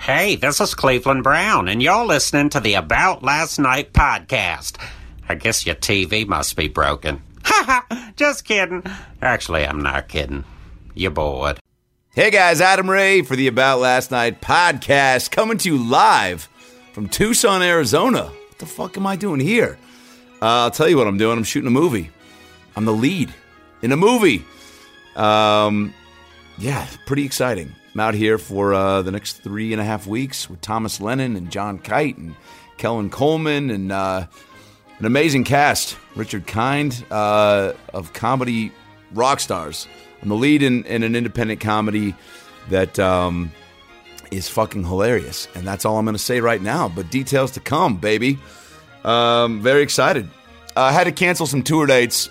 Hey, this is Cleveland Brown, and you're listening to the About Last Night podcast. I guess your TV must be broken. Ha ha! Just kidding. Actually, I'm not kidding. You're bored. Hey guys, Adam Ray for the About Last Night podcast coming to you live from Tucson, Arizona. What the fuck am I doing here? Uh, I'll tell you what I'm doing. I'm shooting a movie. I'm the lead in a movie. Um, yeah, pretty exciting. I'm out here for uh, the next three and a half weeks with Thomas Lennon and John Kite and Kellen Coleman and uh, an amazing cast. Richard Kind uh, of comedy rock stars. I'm the lead in, in an independent comedy that um, is fucking hilarious, and that's all I'm going to say right now. But details to come, baby. Um, very excited. I had to cancel some tour dates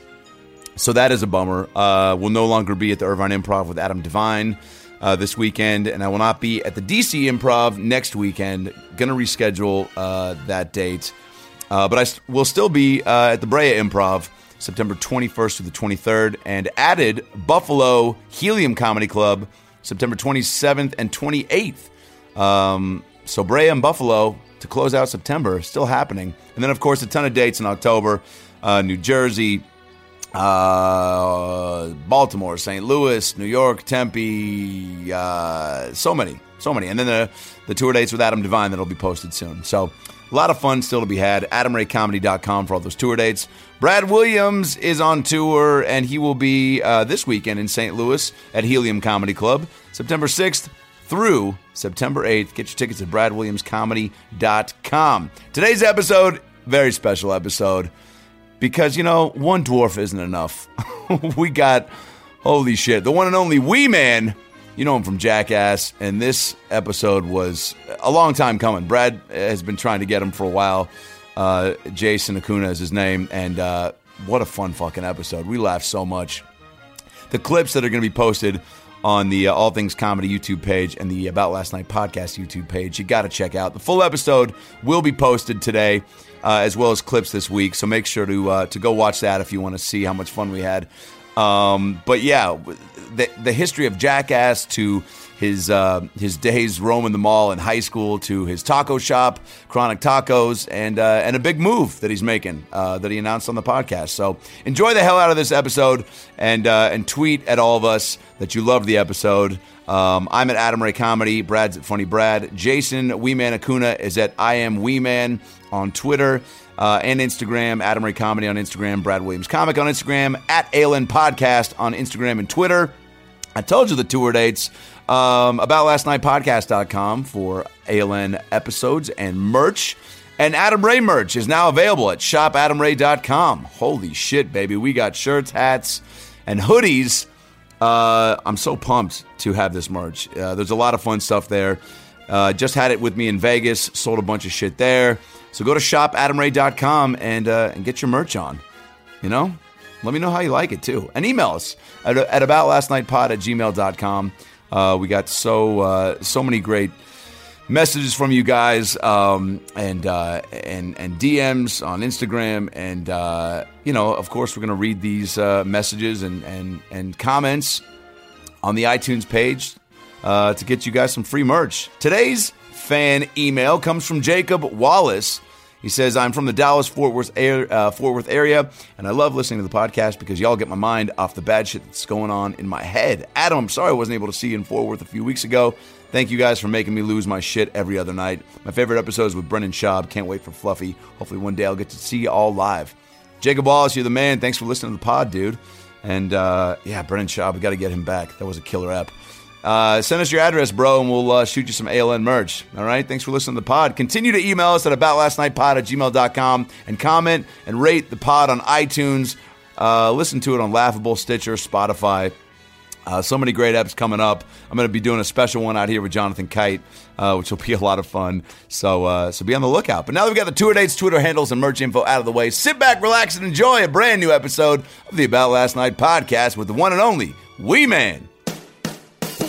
so that is a bummer. Uh, will no longer be at the Irvine Improv with Adam Devine uh, this weekend, and I will not be at the DC Improv next weekend. Gonna reschedule uh, that date, uh, but I st- will still be uh, at the Brea Improv September 21st through the 23rd, and added Buffalo Helium Comedy Club September 27th and 28th. Um, so Brea and Buffalo to close out September, still happening, and then of course a ton of dates in October, uh, New Jersey uh, Baltimore, St. Louis, New York, Tempe, uh, so many, so many. And then the, the tour dates with Adam Devine that'll be posted soon. So a lot of fun still to be had. AdamRayComedy.com for all those tour dates. Brad Williams is on tour, and he will be uh, this weekend in St. Louis at Helium Comedy Club, September 6th through September 8th. Get your tickets at BradWilliamsComedy.com. Today's episode, very special episode because you know one dwarf isn't enough. we got holy shit the one and only Wee Man. You know him from Jackass, and this episode was a long time coming. Brad has been trying to get him for a while. Uh, Jason Acuna is his name, and uh, what a fun fucking episode! We laughed so much. The clips that are going to be posted on the uh, All Things Comedy YouTube page and the About Last Night podcast YouTube page. You got to check out the full episode. Will be posted today, uh, as well as clips this week. So make sure to uh, to go watch that if you want to see how much fun we had. Um, but yeah, the the history of Jackass to his uh, his days roaming the mall in high school to his taco shop, Chronic Tacos, and uh, and a big move that he's making uh, that he announced on the podcast. So enjoy the hell out of this episode and uh, and tweet at all of us that you loved the episode. Um, I'm at Adam Ray Comedy. Brad's at Funny Brad. Jason Weeman Acuna is at I Am Weeman on Twitter uh, and Instagram. Adam Ray Comedy on Instagram. Brad Williams Comic on Instagram. At ALN Podcast on Instagram and Twitter. I told you the tour dates. Um, about last night podcast.com for ALN episodes and merch. And Adam Ray merch is now available at shopadamray.com. Holy shit, baby. We got shirts, hats, and hoodies. Uh, I'm so pumped to have this merch. Uh, there's a lot of fun stuff there. Uh, just had it with me in Vegas, sold a bunch of shit there. So go to shopadamray.com and, uh, and get your merch on you know let me know how you like it too and email us at, at about last night pod at gmail.com uh, we got so uh, so many great messages from you guys um, and uh, and and dms on instagram and uh, you know of course we're gonna read these uh, messages and and and comments on the iTunes page uh, to get you guys some free merch. Today's fan email comes from Jacob Wallace. He says, "I'm from the Dallas Fort Worth air, uh, Fort Worth area, and I love listening to the podcast because y'all get my mind off the bad shit that's going on in my head." Adam, I'm sorry I wasn't able to see you in Fort Worth a few weeks ago. Thank you guys for making me lose my shit every other night. My favorite episode is with Brendan Schaub. Can't wait for Fluffy. Hopefully one day I'll get to see you all live. Jacob Wallace, you're the man. Thanks for listening to the pod, dude. And uh, yeah, Brennan Shaw, we got to get him back. That was a killer app. Uh, send us your address, bro, and we'll uh, shoot you some ALN merch. All right. Thanks for listening to the pod. Continue to email us at aboutlastnightpod at gmail.com and comment and rate the pod on iTunes. Uh, listen to it on Laughable, Stitcher, Spotify Uh, so many great eps coming up. I'm going to be doing a special one out here with Jonathan Kite, uh, which will be a lot of fun. So uh, so be on the lookout. But now that we've got the tour dates, Twitter handles, and merch info out of the way, sit back, relax, and enjoy a brand new episode of the About Last Night podcast with the one and only Wee Man.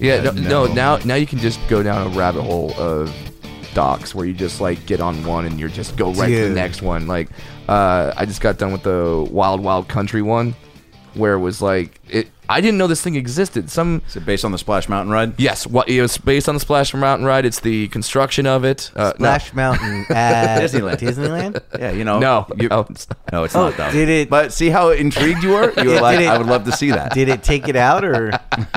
Yeah, no, no. no, now now you can just go down a rabbit hole of docs where you just like get on one and you're just go right to Dude. the next one. Like uh, I just got done with the Wild Wild Country one where it was like it I didn't know this thing existed. Some Is it based on the Splash Mountain ride? yes, what it was based on the Splash Mountain ride. It's the construction of it. Uh, no. Splash Mountain at Disneyland. Disneyland? Yeah, you know. No. you- Oh. no, it's Oh, not though. did it- But see how intrigued you were? You Yeah, were like, did it- I would love to see that. Did it take it out or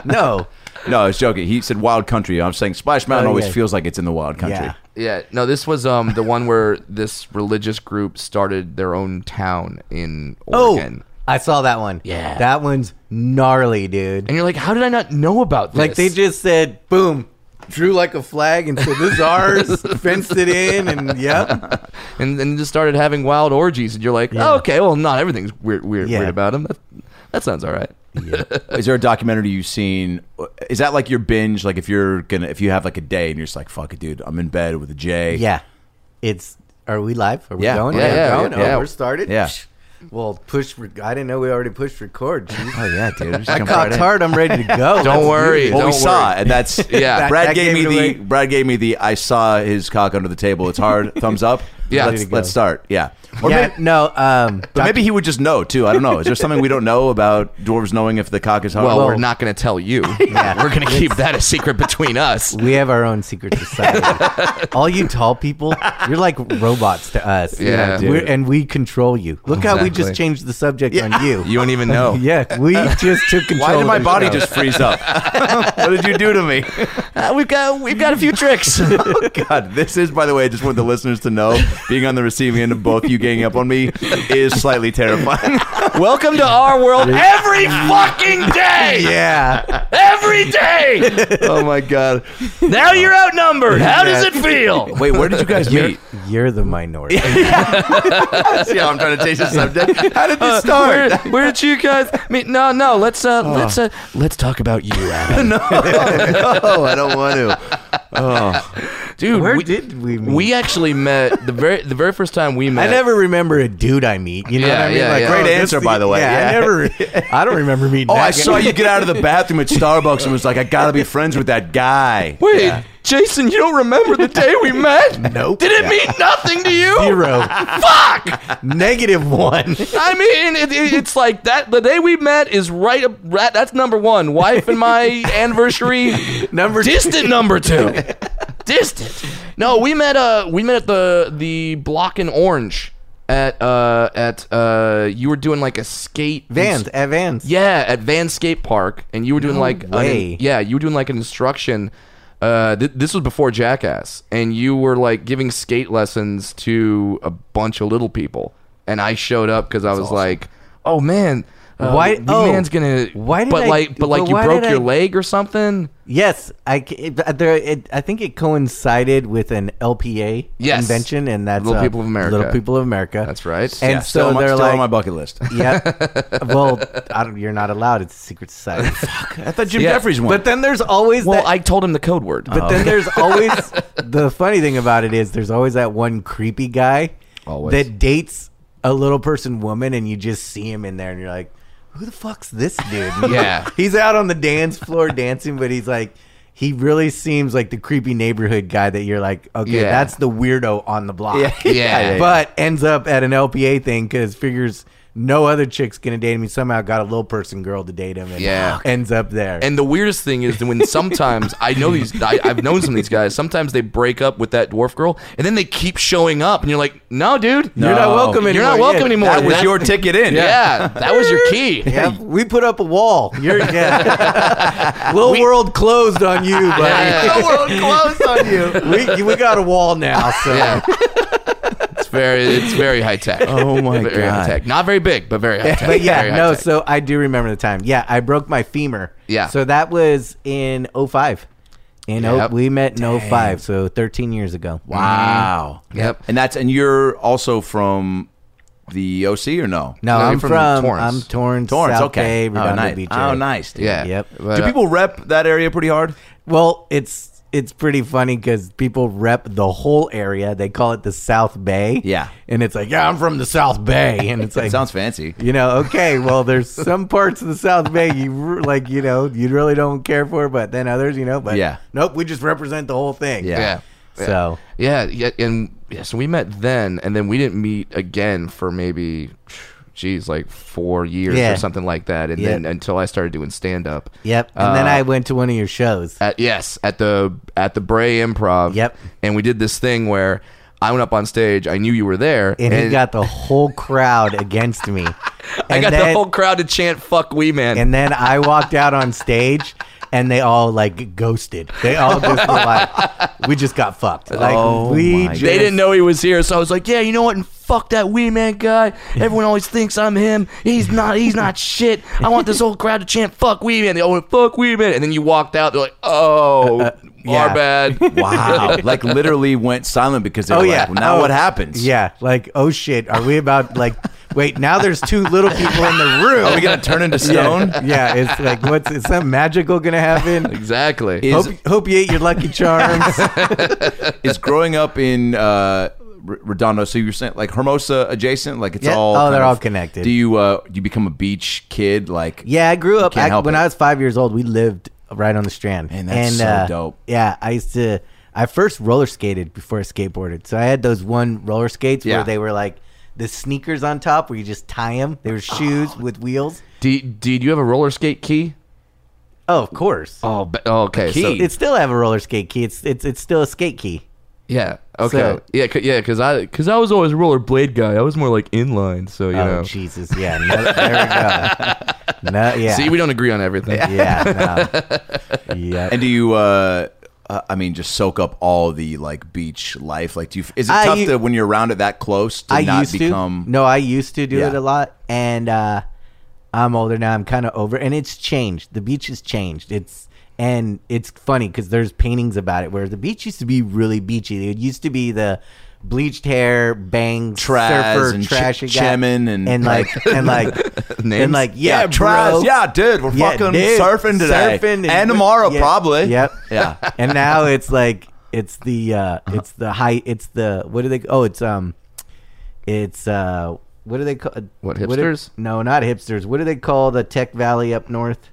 no? No, I was joking. He said wild country. I'm saying Splash Mountain Oh, always yeah. feels like it's in the wild country. Yeah. Yeah, no, this was um the one where this religious group started their own town in Oh, Oregon. I saw that one. Yeah. that one's gnarly, dude. And you're like, how did I not know about this? Like they just said, boom, drew like a flag and said, "This is ours," fenced it in, and yep. and then just started having wild orgies, and you're like, Yeah. oh, okay, well, not everything's weird, weird, Yeah. Uh, weird about him. That, that sounds all right. Is there a documentary you've seen? Is that like your binge? Like if you're gonna, if you have like a day and you're just like, fuck it, dude, I'm in bed with a J. Yeah, it's. Are we live? Are we Yeah. going? Yeah, Are we yeah, going? yeah. Oh, we're started. Yeah. Psh. Well, push. Re- I didn't know we already pushed record. Jeez. Oh yeah, dude. Just I jump cocked right in. hard. I'm ready to go. Don't worry. Well, don't we worry. saw, and that's Yeah. That- Brad that gave me gave the it away. Brad gave me the I saw his cock under the table. It's hard. Thumbs up. Yeah. let's, Ready to let's start. Yeah, or Yeah, maybe, no. Um, but maybe he would just know too. I don't know. Is there something we don't know about dwarves knowing if the cock is hard? Well, we're not going to tell you. We're going to keep that a secret between us. We have our own secret society. All you tall people, you're like robots to us. Yeah. We're- and we control you. Look how we just Exactly. changed the subject on you. You don't even know. yeah, we just took control. Why did of my the body show. just freeze up? what did you do to me? Uh, we've got we've got a few tricks. God, this is, by the way, I just want the listeners to know being on the receiving end of both you ganging up on me is slightly terrifying. Welcome to our world every fucking day. Yeah, Every day. oh my God. Now you're outnumbered. How does it feel? Wait, where did you guys meet? you're the minority. See how I'm trying to change the subject? How did this start? Where, where did you guys meet? No, no. Let's uh, Oh. let's uh, let's talk about you, Adam. no, Oh, I don't want to. Oh, Dude, Where we, did we meet? we actually met the very the very first time we met. I never remember a dude I meet. You know what Yeah, I mean? yeah, yeah. Great oh, this answer, by the way. Yeah, Yeah. I never. I don't remember meeting. Oh, that I guy. saw you get out of the bathroom at Starbucks and was like, I got to be friends with that guy. Wait, Jason, you don't remember the day we met? Nope. Did it mean nothing to you? Zero. Fuck! Negative one. I mean, it, it- it's like that. The day we met is right up. Right, that's number one. Wife and my anniversary. Number two. Distant number two. Distant. No, we met. Uh, we met at the the block in Orange. At uh at uh you were doing like a skate Vans. At Vans. Yeah, at Van Skate Park, and you were doing like an- way. yeah, you were doing like an instruction. Uh, th- this was before Jackass, and you were like giving skate lessons to a bunch of little people, and I showed up because I was like, "Oh man, uh, Why- the oh, man's gonna why did but I- like but like but you why broke did your I- leg or something." Yes, I c- it, uh, there. It, I think it coincided with an LPA Yes. convention, and that's Little uh, People of America. Little People of America. That's right. And Yeah, still so on my- they're still on my like, bucket list. "Yep." well, I don't, you're not allowed. It's a secret society. Oh, I thought Jim Yeah. Jeffries won. but then there's always Well, that. I told him the code word. but then there's always the funny thing about it is there's always that one creepy guy Always. that dates a little person woman, and you just see him in there, and you're like, "Who the fuck's this dude?" Yeah. he's out on the dance floor dancing, but he's like, he really seems like the creepy neighborhood guy that you're like, okay, Yeah. that's the weirdo on the block. Yeah. But ends up at an LPA thing because figures no other chick's gonna date him. He somehow got a little person girl to date him, and Yeah. ends up there. And the weirdest thing is that when sometimes I know these, I, I've known some of these guys. Sometimes they break up with that dwarf girl, and then they keep showing up, and you're like, "No, dude, you're not welcome You're anymore. not welcome anymore. That was That- your ticket in. Yeah, that was your key. Yeah, we put up a wall. You're yeah. Little world closed on you, buddy. Yeah, yeah. world closed on you. We, we got a wall now. So Yeah. it's very, it's very high tech. Oh my very high God. tech. Not very big, but very high tech. but yeah, Very high no. tech. So I do remember the time. Yeah, I broke my femur. Yeah. So that was in 05. In oh Yep. we met in 05, so 13 years ago. Wow. Yep. And that's and you're also from the OC or no? No, No, you're I'm from from, Torrance. I'm Torrance, Torrance. South okay. Bay, Redondo oh, nice. Beach. Oh, area. nice. Dude. yeah. Yep. But, Do uh, people rep that area pretty hard? Well, it's it's pretty funny because people rep the whole area. They call it the South Bay. Yeah. and it's like, yeah, I'm from the South Bay, and it's It like, sounds fancy. you know, okay, well, there's some parts of the South Bay you re- like, you know, you really don't care for, but then others, you know, but Yeah. nope, we just represent the whole thing. Yeah. yeah. So Yeah, yeah, and yeah, so we met then, and then we didn't meet again for maybe, geez, like four years Yeah. or something like that, and Yeah. then until I started doing stand up. yep, and Uh, then I went to one of your shows. At, yes, at the at the Bray Improv. Yep. And we did this thing where I went up on stage. I knew you were there, and he got the whole crowd against me. I And got the then- whole crowd to chant "Fuck We Man." And then I walked out on stage and they all like ghosted. They all just were like, we just got fucked. Like, Oh we my just, they didn't know he was here, so I was like, "Yeah, you know what? And fuck that wee man guy. Everyone always thinks I'm him. He's not. He's not shit. I want this whole crowd to chant fuck wee man. They all went fuck wee man, and then you walked out. They're like, "Oh, Uh, yeah. our bad. Wow. like literally went silent because they Oh, were yeah. like, well, now Oh, what happens? Yeah. Like, oh shit, are we about like, wait, now there's two little people in the room. Are we going to turn into stone? Yeah, yeah, it's like, what's, is something magical going to happen? Exactly. Is- Hope, hope you ate your Lucky Charms. Is growing up in uh, Re- Redondo, so you're saying like Hermosa adjacent, like it's Yeah. all. Oh, kind they're of- all connected. Do you uh, do you become a beach kid? Like Yeah, I grew up can't I, help when it. I was five years old. We lived right on the Strand, Man, that's and so uh, dope. Yeah, I used to. I first roller skated before I skateboarded, so I had those one roller skates Yeah. where they were like the sneakers on top, where you just tie them. They were shoes Oh. with wheels. did, did you have a roller skate key? Oh, of course. Oh, ba- oh, okay. so- key. It still have a roller skate key. It's it's it's still a skate key. yeah. Okay. So- yeah. c- yeah. Because I because I was always a roller blade guy. I was more like inline. So you oh know. Jesus! Yeah, no, there we go. No, yeah. See, we don't agree on everything. yeah, no. yeah. And do you? Uh, uh, I mean, just soak up all the like beach life. Like, do you? Is it I tough u- to when you're around it that close to I not used become? to. No, I used to do Yeah. it a lot, and uh, I'm older now. I'm kind of over, and it's changed. The beach has changed. It's and it's funny because there's paintings about it where the beach used to be really beachy. It used to be the bleached hair, bang, Traz surfer, and Ch- trashy guy, Chemin and- and like and like Names? and like yeah, yeah, Traz, bro. yeah, dude, we're Yeah, fucking dude, surfing today surfing and, tomorrow yeah, probably. Yep. yeah. and now it's like it's the uh it's the high it's the what do they oh it's um it's uh what do they call What, do- hipsters? no, not hipsters. What do they call the Tech Valley up north?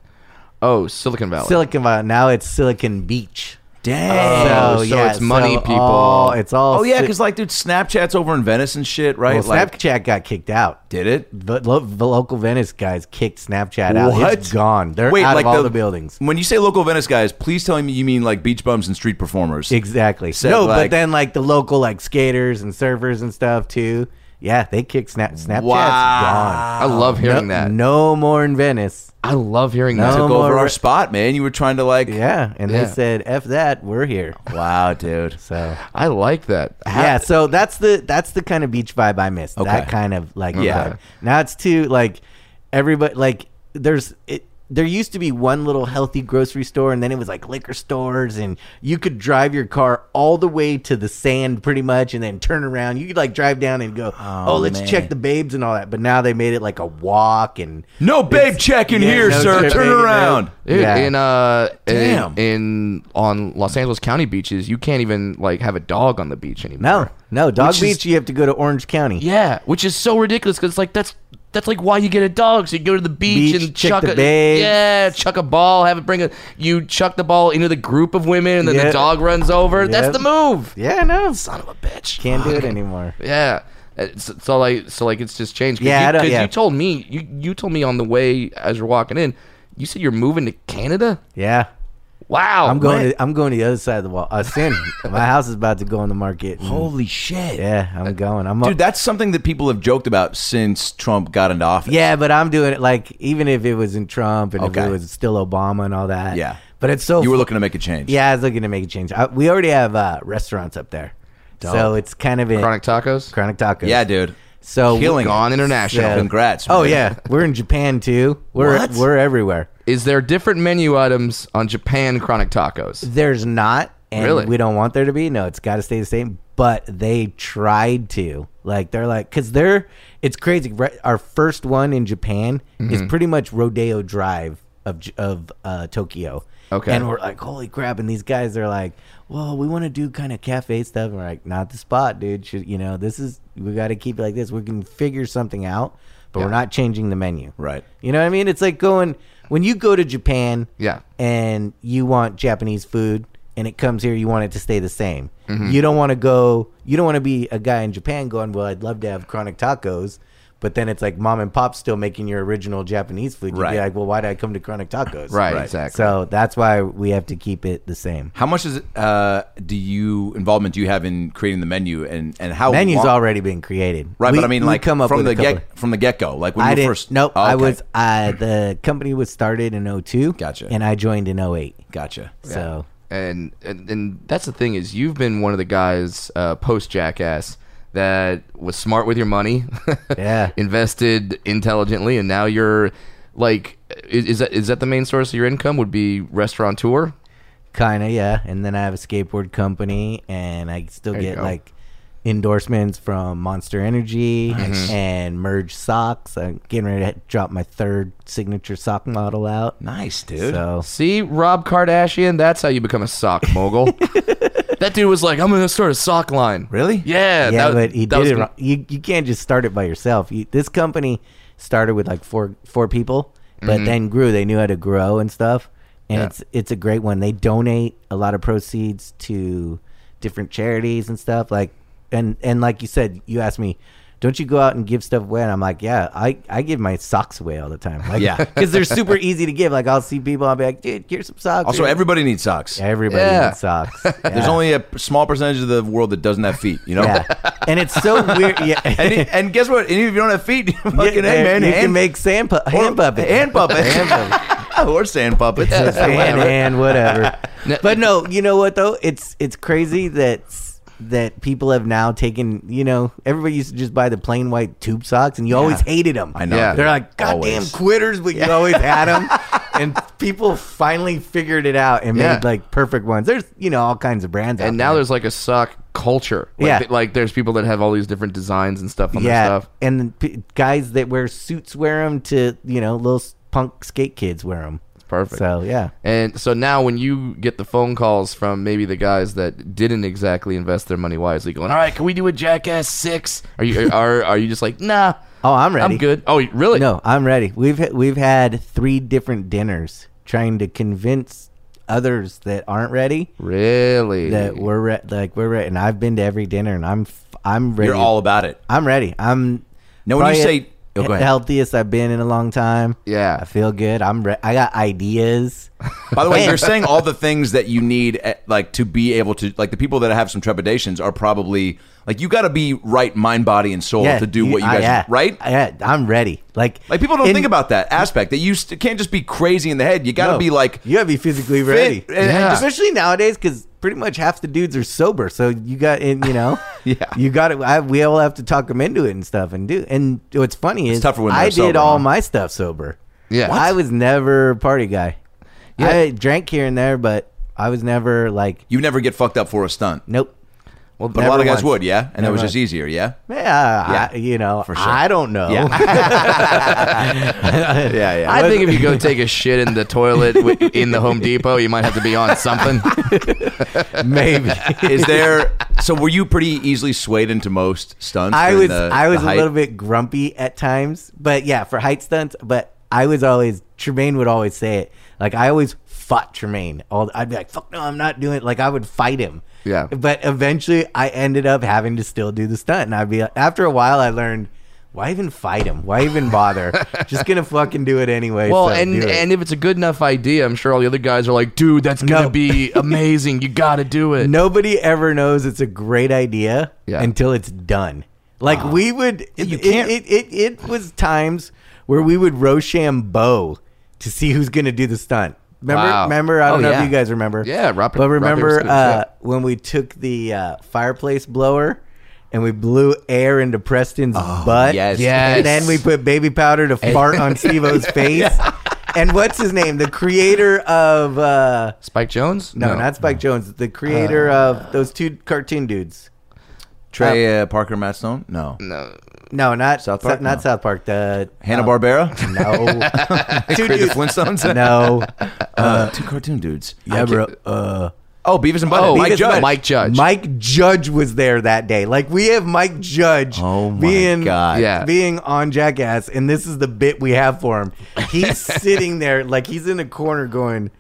Oh, Silicon Valley. Silicon Valley. Now it's Silicon Beach. Dang. Oh, so it's money people. all- it's all oh yeah, si- because like, dude, Snapchat's over in Venice and shit, right? well, like, Snapchat got kicked out. did it? The, lo- the local Venice guys kicked Snapchat out. It's What? gone. They're out of all the, buildings. When you say local Venice guys, please tell me you mean like beach bums and street performers. Exactly. Said, no, like- but then like the local like skaters and surfers and stuff too. Yeah, they kicked Snap Snapchat's Wow. I love gone. hearing Oh, no, that. no more in Venice. I love hearing No. that. Took no over more our re- spot, man. You were trying to like, Yeah, and Yeah. they said f that. We're here. wow, dude. So I like that. yeah, so that's the that's the kind of beach vibe I miss. Okay. That kind of like Yeah. vibe. Now it's too like everybody like there's it. There used to be one little healthy grocery store, and then it was like liquor stores, and you could drive your car all the way to the sand pretty much, and then turn around. You could like drive down and go, oh, let's man. check the babes and all that. But now they made it like a walk, and No babe It's- check in yeah, here, no sir. check Turn in, no- around. Dude, Yeah. in uh, Damn. in, in on Los Angeles County beaches, you can't even like have a dog on the beach anymore. no, no, Dog Which is- Beach, you have to go to Orange County. Yeah, which is so ridiculous because like that's that's like why you get a dog. So you go to the beach, Beach, and check chuck the a babes. yeah, chuck a ball, have it bring a you chuck the ball into the group of women, and then the Yeah. dog runs over. That's Yep. the move. Yeah, no, Son of a bitch. can't do it anymore. Yeah. Uh, So, so like, so like, it's just changed. 'Cause Yeah, you, I don't- 'cause yeah. you told me you you told me on the way as you're walking in, you said you're moving to Canada. Yeah. Wow, I'm going. what? To, I'm going to the other side of the wall. Uh, Sin, my house is about to go on the market. and- Holy shit. yeah, I'm going. I'm Dude, that's something that people have joked about since Trump got into office. Yeah, but I'm doing it like even if it wasn't Trump and if Okay. it was still Obama and all that. Yeah. but it's so. You were fu- looking to make a change. Yeah, I was looking to make a change. I, we already have uh, restaurants up there, so it's kind of in chronic tacos. Chronic tacos. Yeah, dude. So Killing Gone it. international. Yeah. Congrats. Oh man. yeah, we're in Japan too. We're What? we're everywhere. Is there different menu items on Japan chronic tacos? There's not, and Really? we don't want there to be. No, it's got to stay the same. But they tried to, like, they're like, because they're, it's crazy. Right? Our first one in Japan is Mm-hmm. pretty much Rodeo Drive of J- of uh, Tokyo. Okay. and we're like, holy crap! And these guys are like, well, we want to do kind of cafe stuff. And we're like, not the spot, dude. Should, you know, this is we got to keep it like this. We can figure something out, but we're not changing the menu. Right. You know what I mean? It's like going when you go to Japan Yeah. and you want Japanese food and it comes here, you want it to stay the same. Mm-hmm. You don't want to go, you don't want to be a guy in Japan going, Well, I'd love to have chronic tacos. But then it's like mom and pop still making your original Japanese food. You'd be Right. like, well, why did I come to Chronic Tacos? Right, Right. exactly. So that's why we have to keep it the same. How much is it, uh, do you involvement do you have in creating the menu and and how Menu's long- already been created. Oh, right? We- but I mean, we like come up from with the a couple- get from the get go, like when you I were didn't. first. nope. Oh, I okay. was. Uh, the company was started in 02. Gotcha. And I joined in 08. Gotcha. So and and, and that's the thing is you've been one of the guys uh, post jackass that was smart with your money Yeah. invested intelligently and now you're like i- is that is that the main source of your income would be restaurateur Kinda, yeah. And then I have a skateboard company, and I still There you get go. like endorsements from Monster Energy and Merge Socks. I'm getting ready to drop my third signature sock model out. Nice, dude. So see rob kardashian that's how you become a sock mogul that dude was like i'm gonna start a sock line Really? yeah yeah, that- but he that did was it. gonna- Wrong. You you can't just start it by yourself. You, this company started with like four four people, but then grew. They knew how to grow and stuff, and Mm-hmm. Yeah. it's it's a great one. They donate a lot of proceeds to different charities and stuff. Like and and like you said, you asked me. Don't you go out and give stuff away? And I'm like, yeah, I, I give my socks away all the time. Like, Yeah. Because they're super easy to give. Like, I'll see people, I'll be like, dude, here's some socks. Also, Here- everybody needs socks. everybody Yeah. needs socks. There's Yeah. only a p- small percentage of the world that doesn't have feet. You know. Yeah. And it's so weird. Yeah. and, it- and guess what? Any of you don't have feet, Yeah, fucking hey, there- man, You hand- can make sand pu- or- hand puppets. hand puppet, Hand puppet. or sand puppets. Hand, hand, whatever. No- But no, you know what though? It's it's crazy that that people have now taken. You know, everybody used to just buy the plain white tube socks, and you always hated them. I know. Yeah. They're like goddamn Always. quitters, but you always had them. and people finally figured it out and Yeah. made like perfect ones. There's you know all kinds of brands. out and now there. there's like a sock culture like, Yeah. th- like there's people that have all these different designs and stuff on their stuff and the p- guys that wear suits wear them to you know little s- punk skate kids wear them. perfect So yeah, And so now, when you get the phone calls from maybe the guys that didn't exactly invest their money wisely, going, "All right, can we do a Jackass 6? Are you are are you just like, nah? Oh, I'm ready. I'm good. Oh, you- really? no, I'm ready. We've ha- we've had three different dinners trying to convince others that aren't ready really. that we're re- like we're ready. And I've been to every dinner, and I'm f- I'm ready. You're all about it. I'm ready. I'm Now, when you probably say- Oh, go the ahead. healthiest I've been in a long time. Yeah. I feel good. I'm re- I got ideas. By the way, Man. you're saying all the things that you need, eh, like to be able to, like the people that have some trepidations are probably like you got to be right, mind, body, and soul to do what you I- guys yeah. right. Yeah, I'm ready. Like Like people don't in- think about that aspect that you st- can't just be crazy in the head. You got to No. be like you gotta be physically ready, and- and Yeah. just- especially nowadays because pretty much half the dudes are sober. So you got in, you know, Yeah. you got it. We all have to talk them into it and stuff, and do. And what's funny is tougher when they're I did sober, all huh? my stuff sober. Yeah. What? I was never a party guy. Yeah. I drank here and there, but I was never like, you never get fucked up for a stunt. nope. Well, But a lot of guys once. would, yeah, and that was Never just easier, yeah. Yeah, I, you know, for sure. I don't know. Yeah, yeah. I think if you go take a shit in the toilet wi- in the Home Depot, you might have to be on something. Maybe. Is there? So were you pretty easily swayed into most stunts? I during was the- I the was a height? little bit grumpy at times, but yeah, for height stunts. But I was always Tremaine would always say it. Like I always fought Tremaine. All I'd be like, "Fuck no, I'm not doing." it. Like I would fight him, Yeah. But eventually, I ended up having to still do the stunt, and I'd be after a while, I learned. Why even fight him? Why even bother? Just gonna fucking do it anyway. Well, so and do it. and if it's a good enough idea, I'm sure all the other guys are like, dude, that's gonna No. be amazing. You got to do it. nobody ever knows it's a great idea Yeah. Ah. until it's done. Like we would, it, you can't- It, it, it, it was times where we would Rochambeau to see who's going to do the stunt. Remember, Wow. remember. I don't Oh, know yeah. if you guys remember. Yeah, Robert- But Robert remember Stevens, uh, when we took the uh, fireplace blower and we blew air into Preston's butt. yes. Oh, Yes. And then we put baby powder to fart on Steve-O's face. And what's his name? The creator of. Uh, Spike Jones? no, not Spike Jones, the creator Uh, of those two cartoon dudes. Trey uh, Parker, Matt Stone? No. no. No, not South South Park? Park. not No. South Park. The uh, Hanna Barbera? no, two Created dudes. Flintstones? No, Uh, two cartoon dudes. yeah, bro. Uh, Oh, Beavis and Butthead. Oh, Mike Beavis Judge. and Mike Judge. Mike Judge was there that day. Like we have Mike Judge. Oh my being, God. Yeah. being on Jackass, and this is the bit we have for him. He's sitting there like he's in a corner going.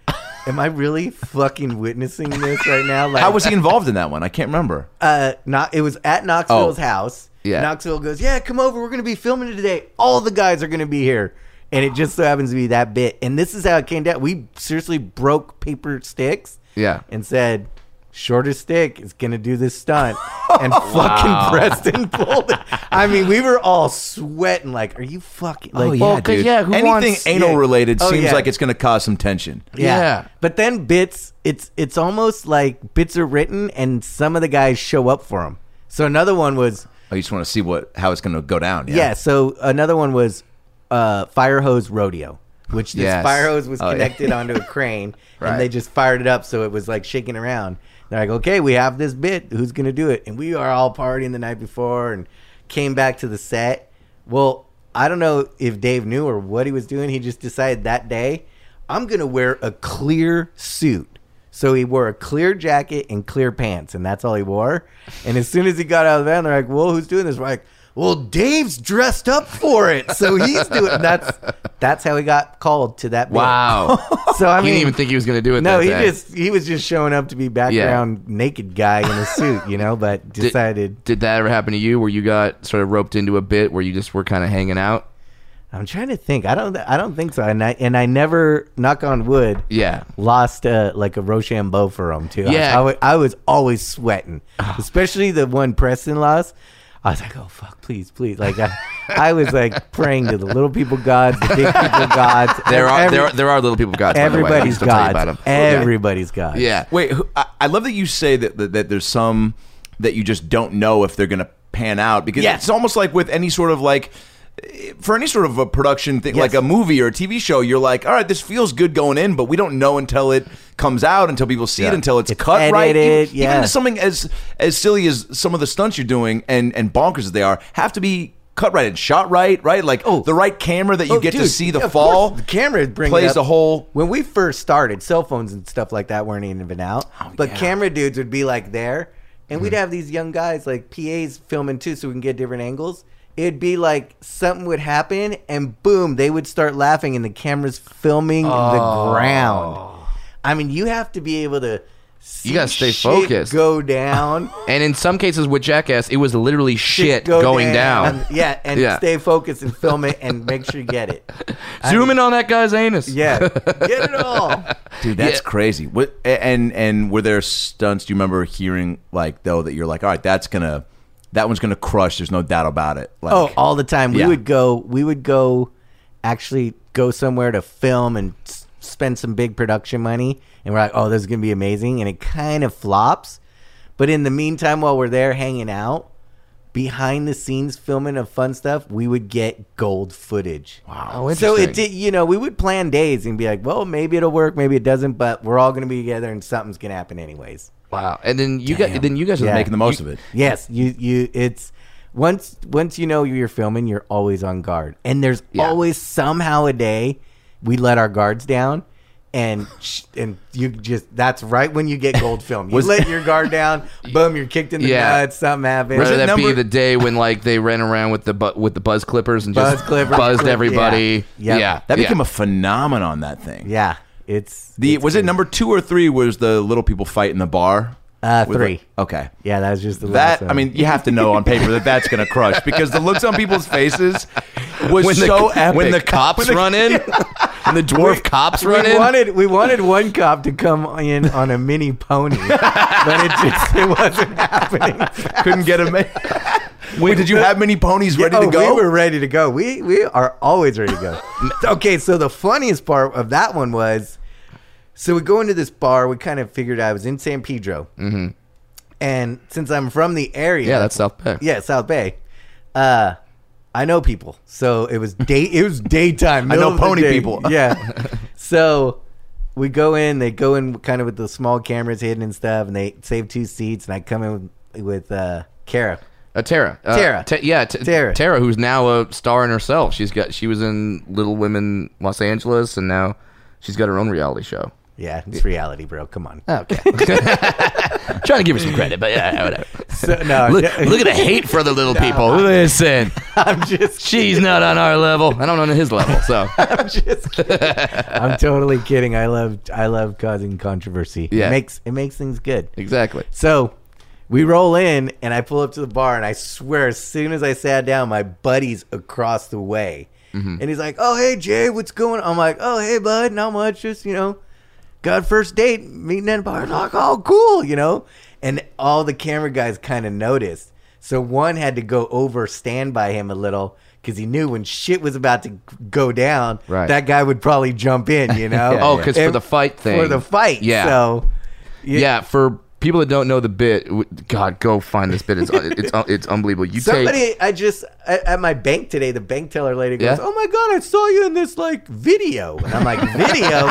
Am I really fucking witnessing this right now? Like, How was he involved in that one? I can't remember. uh, not it was at Knoxville's Oh. house. Yeah. Knoxville goes, yeah, come over. We're gonna be filming it today. All the guys are gonna be here, and it just so happens to be that bit. And this is how it came down. We seriously broke paper sticks. Yeah. and said. Shortest stick is gonna do this stunt, and fucking Preston pulled it. I mean, we were all sweating. Like, are you fucking? Like, Oh, yeah, 'cause yeah, who Anything wants- anal yeah. related Oh, seems yeah. like it's going to cause some tension. Yeah. Yeah. But then bits, it's it's almost like bits are written and some of the guys show up for them. So another one was Oh, you just want to see what how it's going to go down. Yeah. yeah. so another one was uh, fire hose rodeo, which this Yes. fire hose was Oh, yeah. connected onto a crane Right. and they just fired it up so it was like shaking around. They're like, "Okay, we have this bit. Who's going to do it?" And we are all partying the night before and came back to the set. Well, I don't know if Dave knew or what he was doing. He just decided that day, "I'm going to wear a clear suit." So he wore a clear jacket and clear pants, and that's all he wore. And as soon as he got out of the van, they're like, "Well, who's doing this?" We're like, "Well, Dave's dressed up for it, so he's doing." That's that's how he got called to that. bit. Wow. So I he mean, didn't even think he was going to do it no, that he day. just he was just showing up to be background naked guy in a suit, you know. But decided Did that ever happen to you where you got sort of roped into a bit where you just were kind of hanging out? I'm trying to think. I don't I don't think so. And I and I never knock on wood. Yeah. lost uh, like a Rochambeau for him too. I- Yeah. I, wa- I was always sweating, especially the one Preston lost. I was like, oh fuck, please, please. Like I, I was like praying to the little people gods, the big people gods. There are every- there are, there are little people gods. by the way. I everybody's used to tell you gods. about 'em. Everybody's gods. Yeah. Wait, who, I, I love that you say that, that that there's some that you just don't know if they're going to pan out because Yes. it's almost like with any sort of like eh, for any sort of a production thing Yes. like a movie or a TV show you're like all right this feels good going in but we don't know until it comes out until people see it until it's, It's cut right even, edited, even yeah. to something as as silly as some of the stunts you're doing and and bonkers as they are have to be cut right and shot right right like Oh. the right camera that you Oh, get to dude, see the of fall course, The camera bring it plays up. the whole When we first started, cell phones and stuff like that weren't even out. Oh, but camera dudes would be like there, and Mm-hmm. we'd have these young guys like PAs filming too, so we can get different angles. It'd be like something would happen, and boom, they would start laughing, and the camera's filming Oh. the ground. I mean, you have to be able to. See gotta stay shit focused. Go down. And in some cases with Jackass, it was literally shit go going down. Yeah, and Yeah. stay focused and film it, and make sure you get it. Zoom in on that guy's anus. Yeah, get it all. Dude, that's Yeah. crazy. What a- and and were there stunts? Do you remember hearing like though that you're like, all right, that's gonna that one's gonna crush. There's no doubt about it. Like, Oh, all the time. We Yeah. would go. We would go. Actually, go somewhere to film and s- spend some big production money, and we're like, "Oh, this is gonna be amazing," and it kind of flops. But in the meantime, while we're there hanging out, behind the scenes filming of fun stuff, we would get gold footage. Wow. Oh, interesting. So it did, you know, we would plan days and be like, well, maybe it'll work, maybe it doesn't, but we're all going to be together and something's going to happen anyways. Wow. And then you got then you guys are Yeah. making the most of it. Yes, you you it's once once you know you're filming, you're always on guard, and there's Yeah. always somehow a day we let our guards down, and sh- and you just that's right when you get gold film. You let your guard down, boom, you're kicked in the Yeah. nuts, something happens. Rather it that be number- the day when like they ran around with the bu- with the buzz clippers and Buzz just clippers, buzzed clip- everybody. yeah. Yep. Yeah, That became yeah. a phenomenon. That thing. yeah, it's The it's was it number two or three? Was the little people fight in the bar? Uh, With, three. like- okay. Yeah, that was just the last That one. I mean, you have to know on paper that that's going to crush because the looks on people's faces was so epic. when the cops run in, when the dwarf cops we run in, wanted we wanted one cop to come in on a mini pony, but it just it wasn't happening. couldn't get him. in. Wait, did you have many ponies ready oh, to go? We were ready to go. We we are always ready to go. okay, so the funniest part of that one was, so we go into this bar. We kind of figured I was in San Pedro, mm-hmm. and since I'm from the area, yeah, that's South Bay. yeah, South Bay. Uh, I know people, so it was day. It was daytime. I know middle of the pony day. people. Yeah. so we go in. They go in kind of with the small cameras hidden and stuff, and they save two seats. And I come in with, with uh, Kara. Uh, Tara. Uh, Tara. Ta- yeah, t- Tara. Tara. who's now a star in herself. She's got she was in Little Women Los Angeles and now she's got her own reality show. Yeah, it's reality, bro. Come on. Oh, Okay. Trying to give her some credit, but yeah, whatever. So, no, Look, look at the hate for the little people. Listen, I'm just, she's not on our level. I don't on his level, so I'm just, kidding. I'm totally kidding. I love, I love causing controversy. Yeah. it makes it makes things good. exactly. So we roll in, and I pull up to the bar, and I swear, as soon as I sat down, my buddy's across the way, Mm-hmm. and he's like, "Oh, hey Jay, what's going?" on? I'm like, "Oh, hey bud, not much. Just you know, got first date, meeting at a bar. Like, oh, cool, you know." And all the camera guys kind of noticed, so one had to go over, stand by him a little. Because he knew when shit was about to go down, Right. that guy would probably jump in, you know? Oh, 'cause for And- the fight For thing. the fight. Yeah. So, Yeah. for people that don't know the bit, w- God, go find this bit. It's it's it's unbelievable. You Somebody, take I just at, at my bank today. The bank teller lady Yeah? goes, "Oh my god, I saw you in this like video," and I'm like, "Video?"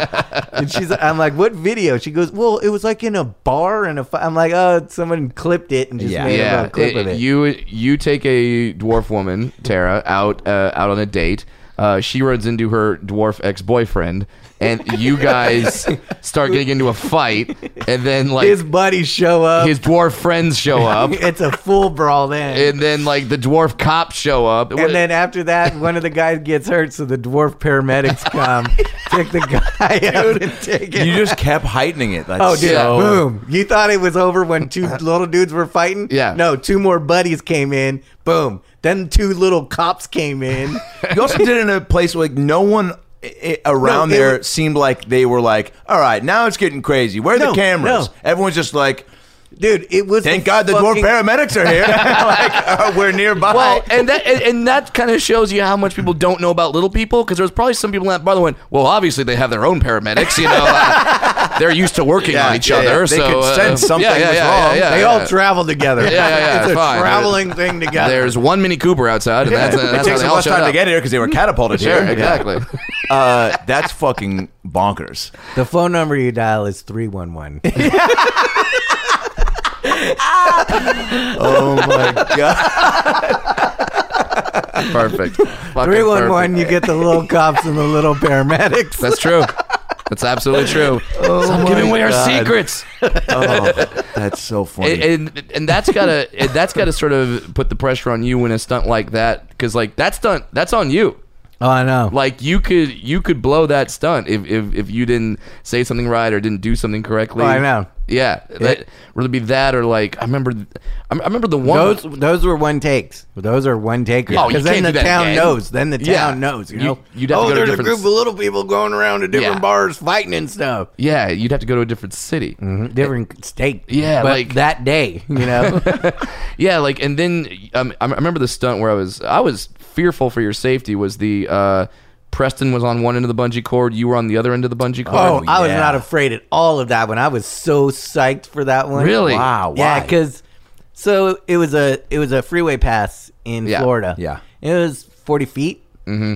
and she's, I'm like, "What video?" She goes, "Well, it was like in a bar and a." Fi-. I'm like, "Oh, someone clipped it and just Yeah. made a yeah, little clip it- of it." you you take a dwarf woman Tara out uh, out on a date. Uh, she runs into her dwarf ex boyfriend, and you guys start getting into a fight, and then like His his, buddies show up. dwarf friends show up, it's a full brawl then. and then like the dwarf cops show up, and then after that, one of the guys gets hurt, so the dwarf paramedics come, take the guy out and take him. you just kept heightening it. That's Oh, dude. Yeah. so- Boom. You thought it was over when two little dudes were fighting? Yeah. No, two more buddies came in. Boom. Then two little cops came in. You also did it in a place where, like no one i- i- around No, it there was- seemed like they were like, all right, now it's getting crazy. Where are No, the cameras? no. Everyone's just like, Dude, it was. thank the God the dwarf fucking- paramedics are here. like, uh, we're nearby. Well, Oh, and that and, and that kind of shows you how much people don't know about little people because there was probably some people in that bar that went, well, obviously they have their own paramedics, you know, uh, they're used to working Yeah, on each yeah, other, yeah. They so could uh, sense something yeah, yeah, was yeah, wrong. Yeah, yeah, Oh, They yeah. all travel together. Yeah, yeah, yeah, It's a fine. traveling thing together. There's one Mini Cooper outside, and that's, uh, it that's how takes they them all less showed time up. to get here because they were catapulted Sure, here. exactly. Uh, that's fucking bonkers. the phone number you dial is 311. Oh my god! perfect. Fucking 311, perfect. you get the little cops and the little paramedics. That's true. That's absolutely true. Stop giving away our secrets. Oh, that's so funny. and, and and that's gotta and that's gotta sort of put the pressure on you when a stunt like that because like that stunt that's on you. oh, I know. Like you could you could blow that stunt if if, if you didn't say something right or didn't do something correctly. Oh, I know. Yeah, that really be that or like I remember I remember the one those those were one takes. Those are one takers. Oh, you Because then can't the do that town again. knows. Then the town Yeah. knows. You You- know. you'd have to oh, go to there's a different group of s- little people going around to different Yeah. bars fighting and stuff. yeah you'd have to go to a different city. Different state. Yeah, but like- that day. You know. Yeah, like and then um, I remember the stunt where I was I was fearful for your safety was the uh, Preston was on one end of the bungee cord, you were on the other end of the bungee cord. oh, I was yeah. not afraid at all of that one. I was so psyched for that one. Really? Wow, Yeah, why? because so it was a it was a freeway pass in Yeah, Florida. yeah. it was forty feet. Mm-hmm.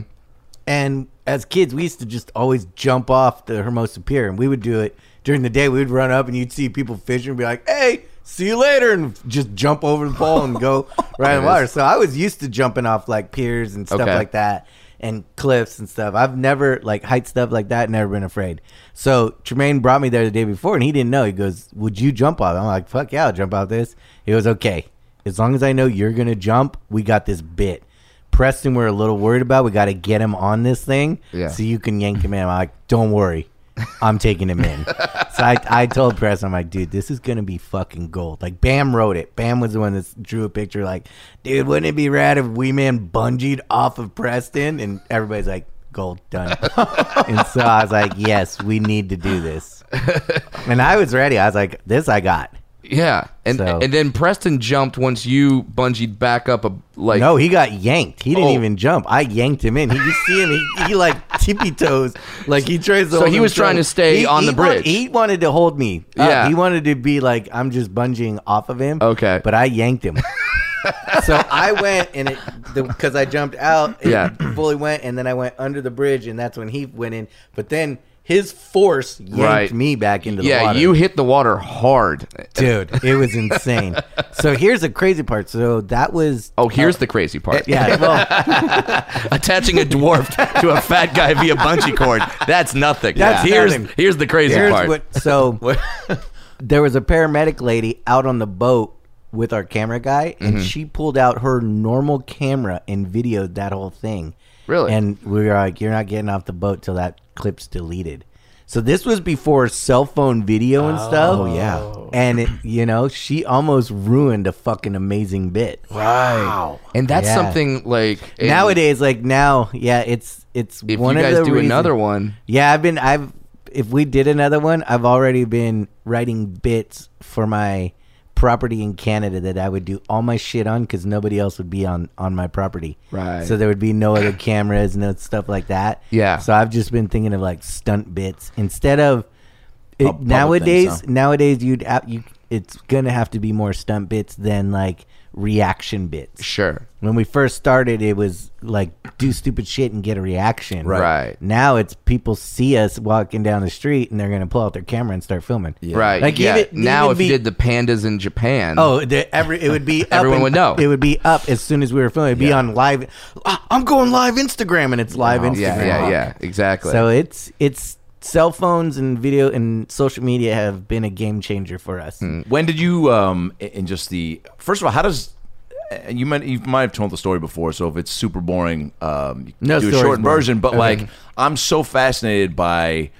And as kids, we used to just always jump off the Hermosa Pier, and we would do it during the day. We would run up, and you'd see people fishing, and be like, "Hey." See you later, and just jump over the pole and go right in the water. So I was used to jumping off like piers and stuff Okay. like that and cliffs and stuff. I've never like height stuff like that, never been afraid. So Tremaine brought me there the day before and he didn't know. He goes, Would you jump off? I'm like, Fuck yeah, I'll jump off this. He goes, Okay. As long as I know you're gonna jump, we got this bit. Preston, we're a little worried about. We gotta get him on this thing Yeah. so you can yank him in. I'm like, Don't worry. I'm taking him in. so I, I told Press, I'm like, dude, this is gonna be fucking gold. Like Bam wrote it. Bam was the one that s- drew a picture. Like, dude, wouldn't it be rad if Wee Man bungeed off of Preston? And everybody's like, gold done. and so I was like, yes, we need to do this. And I was ready. I was like, this I got. Yeah, and So- and then Preston jumped once you bungeed back up a like. No, he got yanked. He didn't Oh. even jump. I yanked him in. He, you see him? He, he like tippy toes, like he tries. To So hold he was himself. trying to stay on the wa- bridge. he wanted to hold me. up. Yeah. he wanted to be like I'm just bungeeing off of him. Okay. but I yanked him. so I went and it because I jumped out. It Yeah. fully went, and then I went under the bridge, and that's when he went in. But then his force yanked Right. me back into the yeah, water you hit the water hard. dude it was insane so here's the crazy part so that was Oh, here's the crazy part. uh, yeah well Attaching a dwarf to a fat guy via bungee cord. That's nothing. That's here's nothing. here's the crazy Here's part. what- so there was a paramedic lady out on the boat with our camera guy, and Mm-hmm. she pulled out her normal camera and videoed that whole thing. Really? And we were like, "You're not getting off the boat till that clip's deleted." So this was before cell phone video and stuff. Oh yeah. And it, you know, she almost ruined a fucking amazing bit. and that's Yeah. something like and Nowadays, like now, yeah, it's it's If one you of guys the do reasons- another one, Yeah, I've been I've if we did another one, I've already been writing bits for my property in Canada that I would do all my shit on cuz nobody else would be on on my property. Right. So there would be no other cameras, no stuff like that. Yeah. So I've just been thinking of like stunt bits instead of it, public things, nowadays huh? nowadays you'd out you it's going to have to be more stunt bits than like reaction bits sure. when we first started it was like do stupid shit and get a reaction Right. Right. now it's people see us walking down the street and they're gonna pull out their camera and start filming Right. Like, yeah. even- now even if you be- did the pandas in Japan. Oh, the, every it would be up Everyone and- would know. It would be up as soon as we were filming. It'd be on live. "Ah, I'm going live Instagram, and it's live Instagram. yeah, yeah, yeah. Exactly. So it's it's cell phones and video and social media have been a game changer for us. Mm. When did you um i- in just the first of all, how does uh, you might you might have told the story before, so if it's super boring, um you can No do a story's short boring. version, but like I'm so fascinated by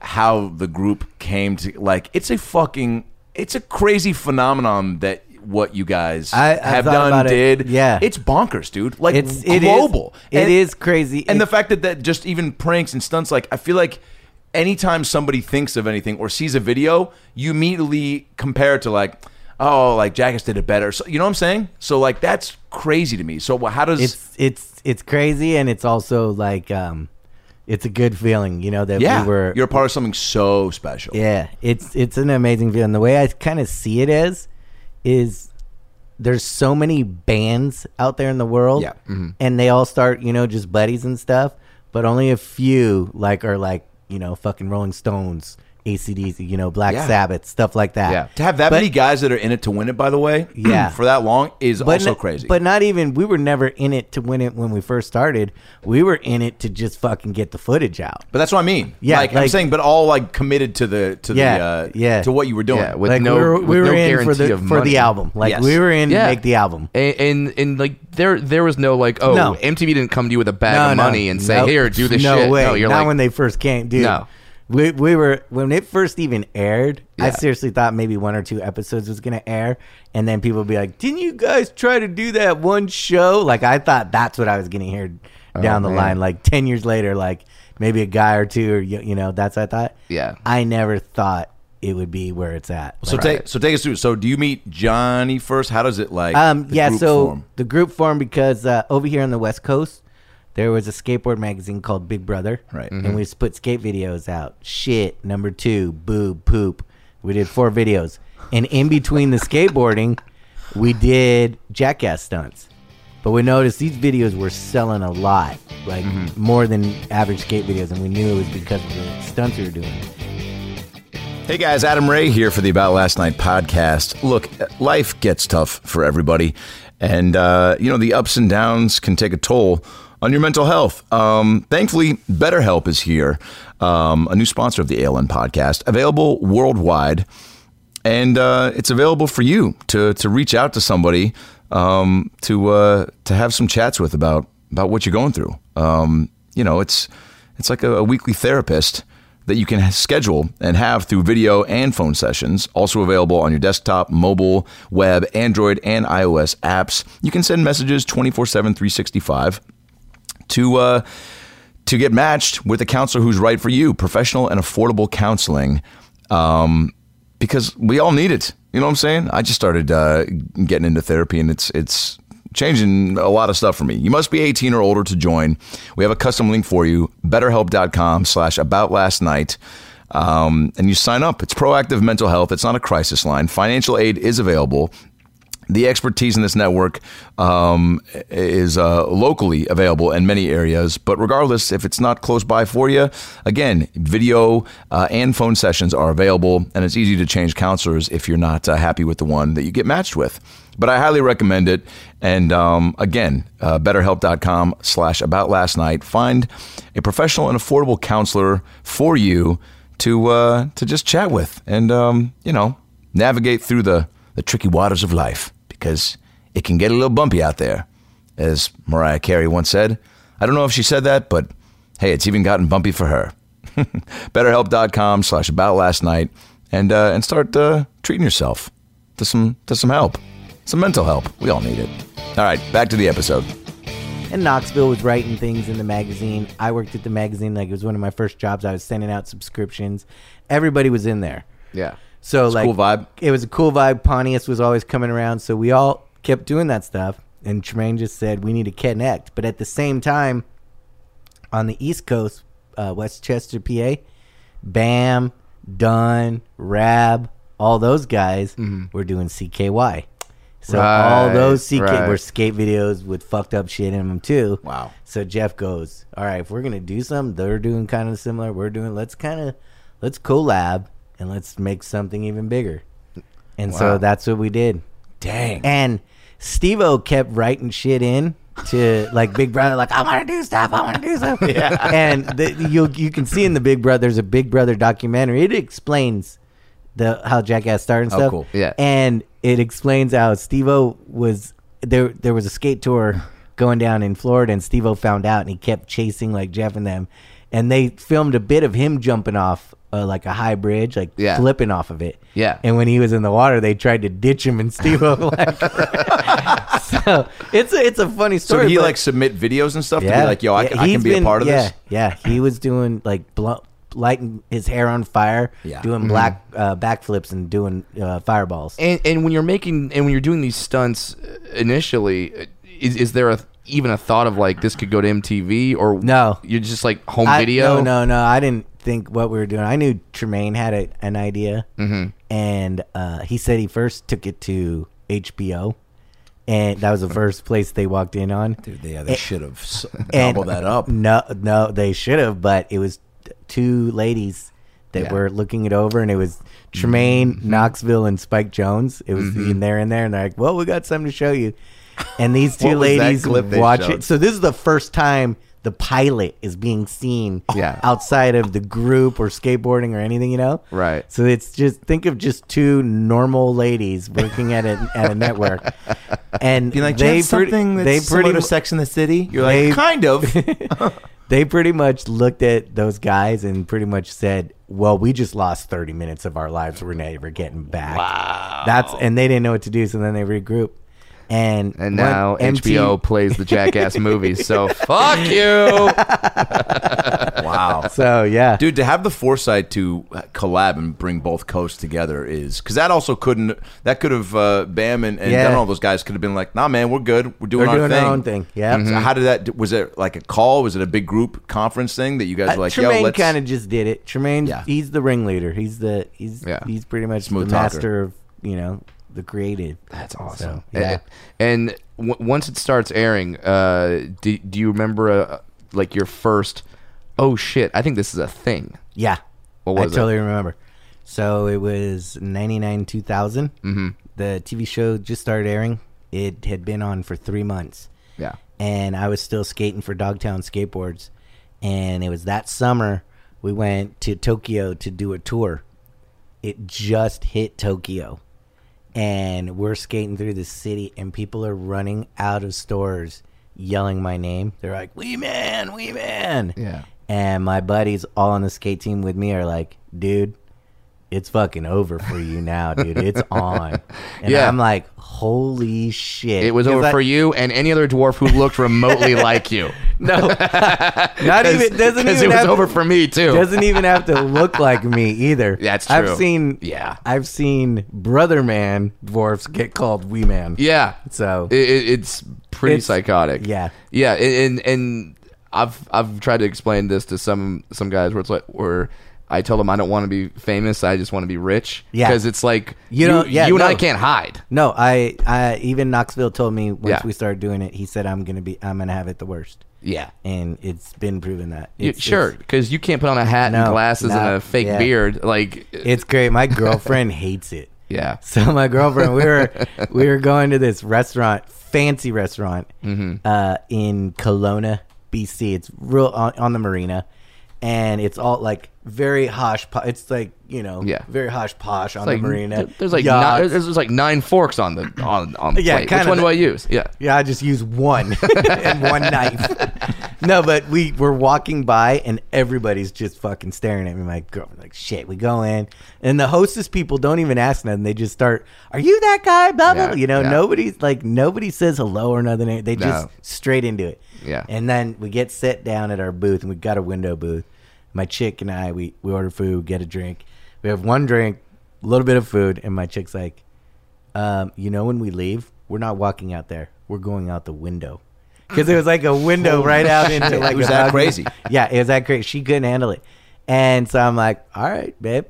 how the group came to like it's a fucking it's a crazy phenomenon that what you guys I- I have thought done about it. did Yeah. it's bonkers dude like It's- it's it is- global it is crazy. and the It- fact that that just even pranks and stunts like i feel like anytime somebody thinks of anything or sees a video you immediately compare it to like oh like jackass did it better so you know what i'm saying so like that's crazy to me so wh- how does it's it's it's crazy, and it's also like um, it's a good feeling, you know, that yeah we were you're a part of something so special Yeah, it's it's an amazing feeling. The way I kind of see it as is there's so many bands out there in the world, Yeah. mm-hmm. and they all start you know just buddies and stuff, but only a few like are like you know fucking Rolling Stones, ACDC, you know Black Yeah. Sabbath, stuff like that. Yeah. to have that But- many guys that are in it to win it by the way Yeah. for that long is also n- crazy But not even we were never in it to win it when we first started. We were in it to just fucking get the footage out. But that's what I mean. Yeah, like, I'm like- saying, but all like committed to the to Yeah, the uh, yeah. to what you were doing. Yeah, with like no, we were, with we were no in for guarantee the of for money. the album. Like Yes. we were in Yeah. to make the album. And, and and like there there was no like oh No. MTV didn't come to you with a bag of money and say Nope. here do this no shit. Way. No, you're Not like when they first came, dude. No. We, we were when it first even aired. I Yeah. seriously thought maybe one or two episodes was gonna air, and then people would be like, "Didn't you guys try to do that one show?" Like I thought that's what I was gonna hear down the Oh, man. line. Like ten years later, like maybe a guy or two, or you, you know, that's what I thought. Yeah. I never thought it would be where it's at. So take so take us through. So do you meet Johnny first? How does it like? Um, the yeah, group so form? the group formed because uh, over here on the West Coast, there was a skateboard magazine called Big Brother. Right. Mm-hmm. And we just put skate videos out. Shit, number two, boob, poop. We did four videos. And in between the skateboarding, we did jackass stunts. But we noticed these videos were selling a lot, like Mm-hmm. more than average skate videos. And we knew it was because of the stunts we were doing. Hey guys, Adam Ray here for the About Last Night podcast. Look, life gets tough for everybody, and uh, you know the ups and downs can take a toll on your mental health. Um, thankfully, BetterHelp is here, um, a new sponsor of the ALN podcast, available worldwide, and uh, it's available for you to to reach out to somebody um, to uh, to have some chats with about about what you're going through. Um, you know, it's it's like a, a weekly therapist that you can schedule and have through video and phone sessions. Also available on your desktop, mobile, web, Android, and iOS apps. You can send messages 24 7, 365 to uh, to get matched with a counselor who's right for you, professional and affordable counseling, um, because we all need it. You know what I'm saying? I just started uh, getting into therapy, and it's it's changing a lot of stuff for me. You must be 18 or older to join. We have a custom link for you: BetterHelp.com/slash About Last Night. Um, and you sign up. It's proactive mental health. It's not a crisis line. Financial aid is available the expertise in this network um, is uh, locally available in many areas, but regardless, if it's not close by for you, again, video uh, and phone sessions are available, and it's easy to change counselors if you're not uh, happy with the one that you get matched with. But I highly recommend it. And um, again, uh, betterhelp.com slash about last night. Find a professional and affordable counselor for you to uh, to just chat with and, um, you know, navigate through the, the tricky waters of life because it can get a little bumpy out there, as Mariah Carey once said. I don't know if she said that, but hey, it's even gotten bumpy for her. BetterHelp.com slash about last night and, uh, and start uh, treating yourself to some, to some help, some mental help. We all need it. All right, back to the episode. And Knoxville was writing things in the magazine. I worked at the magazine like it was one of my first jobs. I was sending out subscriptions. Everybody was in there. Yeah. So It's a like cool vibe. It was a cool vibe. Pontius was always coming around, so we all kept doing that stuff. And Tremaine just said we need to connect, but at the same time, on the East Coast, uh, Westchester, PA, Bam, Dunn, Rab, all those guys Mm-hmm. were doing CKY. So all Right, those CK right. were skate videos with fucked up shit in them too. Wow. So Jeff goes, "All right, if we're gonna do something, they're doing kind of similar. We're doing. Let's kind of let's collab and let's make something even bigger." And so that's what we did. Dang. And Steve O kept writing shit in to like Big Brother, like, I want to do stuff, I want to do stuff. And the, you you can see in the Big Brother, there's a Big Brother documentary. It explains the how Jackass started and Oh, stuff. cool. Yeah. And it explains how Steve O was there there was a skate tour going down in Florida and Steve O found out and he kept chasing like Jeff and them. And they filmed a bit of him jumping off uh, like a high bridge, like Yeah. flipping off of it. Yeah. And when he was in the water, they tried to ditch him and Steve O. Like, so it's a, it's a funny So story. did he but- like submit videos and stuff to be like, yo, I, Yeah, I can he's be been- a part of yeah, this? Yeah, he was doing like blo- lighting his hair on fire, Yeah. doing black uh, backflips and doing uh, fireballs. And and when you're making and when you're doing these stunts uh, initially, uh, is, is there a even a thought of like this could go to MTV or No. You're just like home I- video. No, no, no. I didn't think what we were doing. I knew Tremaine had a, an idea, Mm-hmm. and uh, he said he first took it to HBO, and that was the first place they walked in on. Yeah, they should have And- doubled that up. No, no, they should have, but it was t- two ladies that Yeah. were looking it over, and it was Tremaine, Mm-hmm. Knoxville, and Spike Jones. It was and they're in there, and they're like, "Well, we got something to show you." And these two What was that ladies clip they watch showed? it. So this is the first time the pilot is being seen Yeah. outside of the group or skateboarding or anything, you know? Right. So it's just think of just two normal ladies working at a at a network, and Being like, they "That's something that's similar to Sex in the City. You're like, kind of. They pretty much looked at those guys and pretty much said, "Well, we just lost 30 minutes of our lives. We're never getting back." Wow. That's and they didn't know what to do, so then they regrouped. And And one- now MT HBO plays the Jackass movies. So fuck you. wow. So yeah, Dude, to have the foresight to uh, collab and bring both coasts together is because that also couldn't. That could have uh, Bam and, and Yeah. Dunn, all those guys could have been like, "Nah, man, we're good. We're doing we're our doing thing." our own thing. Mm-hmm. Yeah. So how did that? Was it like a call? Was it a big group conference thing that you guys Uh, were like, "Yo, Tremaine let's." kind of just did it. Tremaine, Yeah. he's the ringleader. He's the he's Yeah. he's pretty much Smooth the talker. master of you know the creative. That's awesome. So, yeah. And, and w- once it starts airing, uh, do, do you remember uh, like your first? Oh shit! I think this is a thing. Yeah. What was I it? totally remember. So it was 99 2000. Mm-hmm. The TV show just started airing. It had been on for three months. Yeah. And I was still skating for Dogtown Skateboards. And it was that summer we went to Tokyo to do a tour. It just hit Tokyo. And we're skating through the city, and people are running out of stores yelling my name. They're like, We Man, We Man. Yeah. and my buddies all on the skate team with me are like, dude, it's fucking over for you now, dude. It's on. And Yeah. I'm like, holy shit. It was 'Cause over I- for you and any other dwarf who looked remotely like you. No, not even. Doesn't Because even it was have, over for me too. Doesn't even have to look like me either. That's true. I've seen. Yeah. I've seen brother man dwarfs get called wee man. Yeah. So- I- I- it's pretty It's- psychotic. yeah. Yeah, a- and and I've I've tried to explain this to some some guys where it's like where I tell them I don't want to be famous, I just want to be rich. Yeah. because it's like You you don't- you, yeah, and I no. can't hide. No, I, I even Knoxville told me once Yeah. we started doing it, he said I'm gonna be I'm gonna have it the worst, Yeah, and it's been proven that. You- It's, sure, it's, because you can't put on a hat No, and glasses and no, a fake yeah. beard. Like it's great. My girlfriend hates it. yeah, So my girlfriend, we were we were going to this restaurant, fancy restaurant, Mm-hmm. uh, in Kelowna, BC. It's real on, on the marina, and it's all like very hosh. Po- it's like you know, Yeah. very hosh posh on like the marina. there's like Yachts. nine, there's, there's like nine forks on the on on the Yeah, plate. Which kinda one do the- I use? Yeah, Yeah, I just use one and one knife. No, but we were walking by and everybody's just fucking staring at me. My girlfriend, like, shit, we go in. And the hostess people don't even ask nothing. They just start, are you that guy? Blah, blah, Yeah, blah. You know, yeah. nobody's like, nobody says hello or nothing. They just No. straight into it. Yeah. And then we get set down at our booth and we got a window booth. My chick and I, we, we order food, get a drink. We have one drink, a little bit of food. And my chick's like, um, you know, when we leave, we're not walking out there. We're going out the window. Because it was like a window right out into like It was a that balcony. crazy. Yeah, it was that crazy. She couldn't handle it. And so I'm like, all right, babe,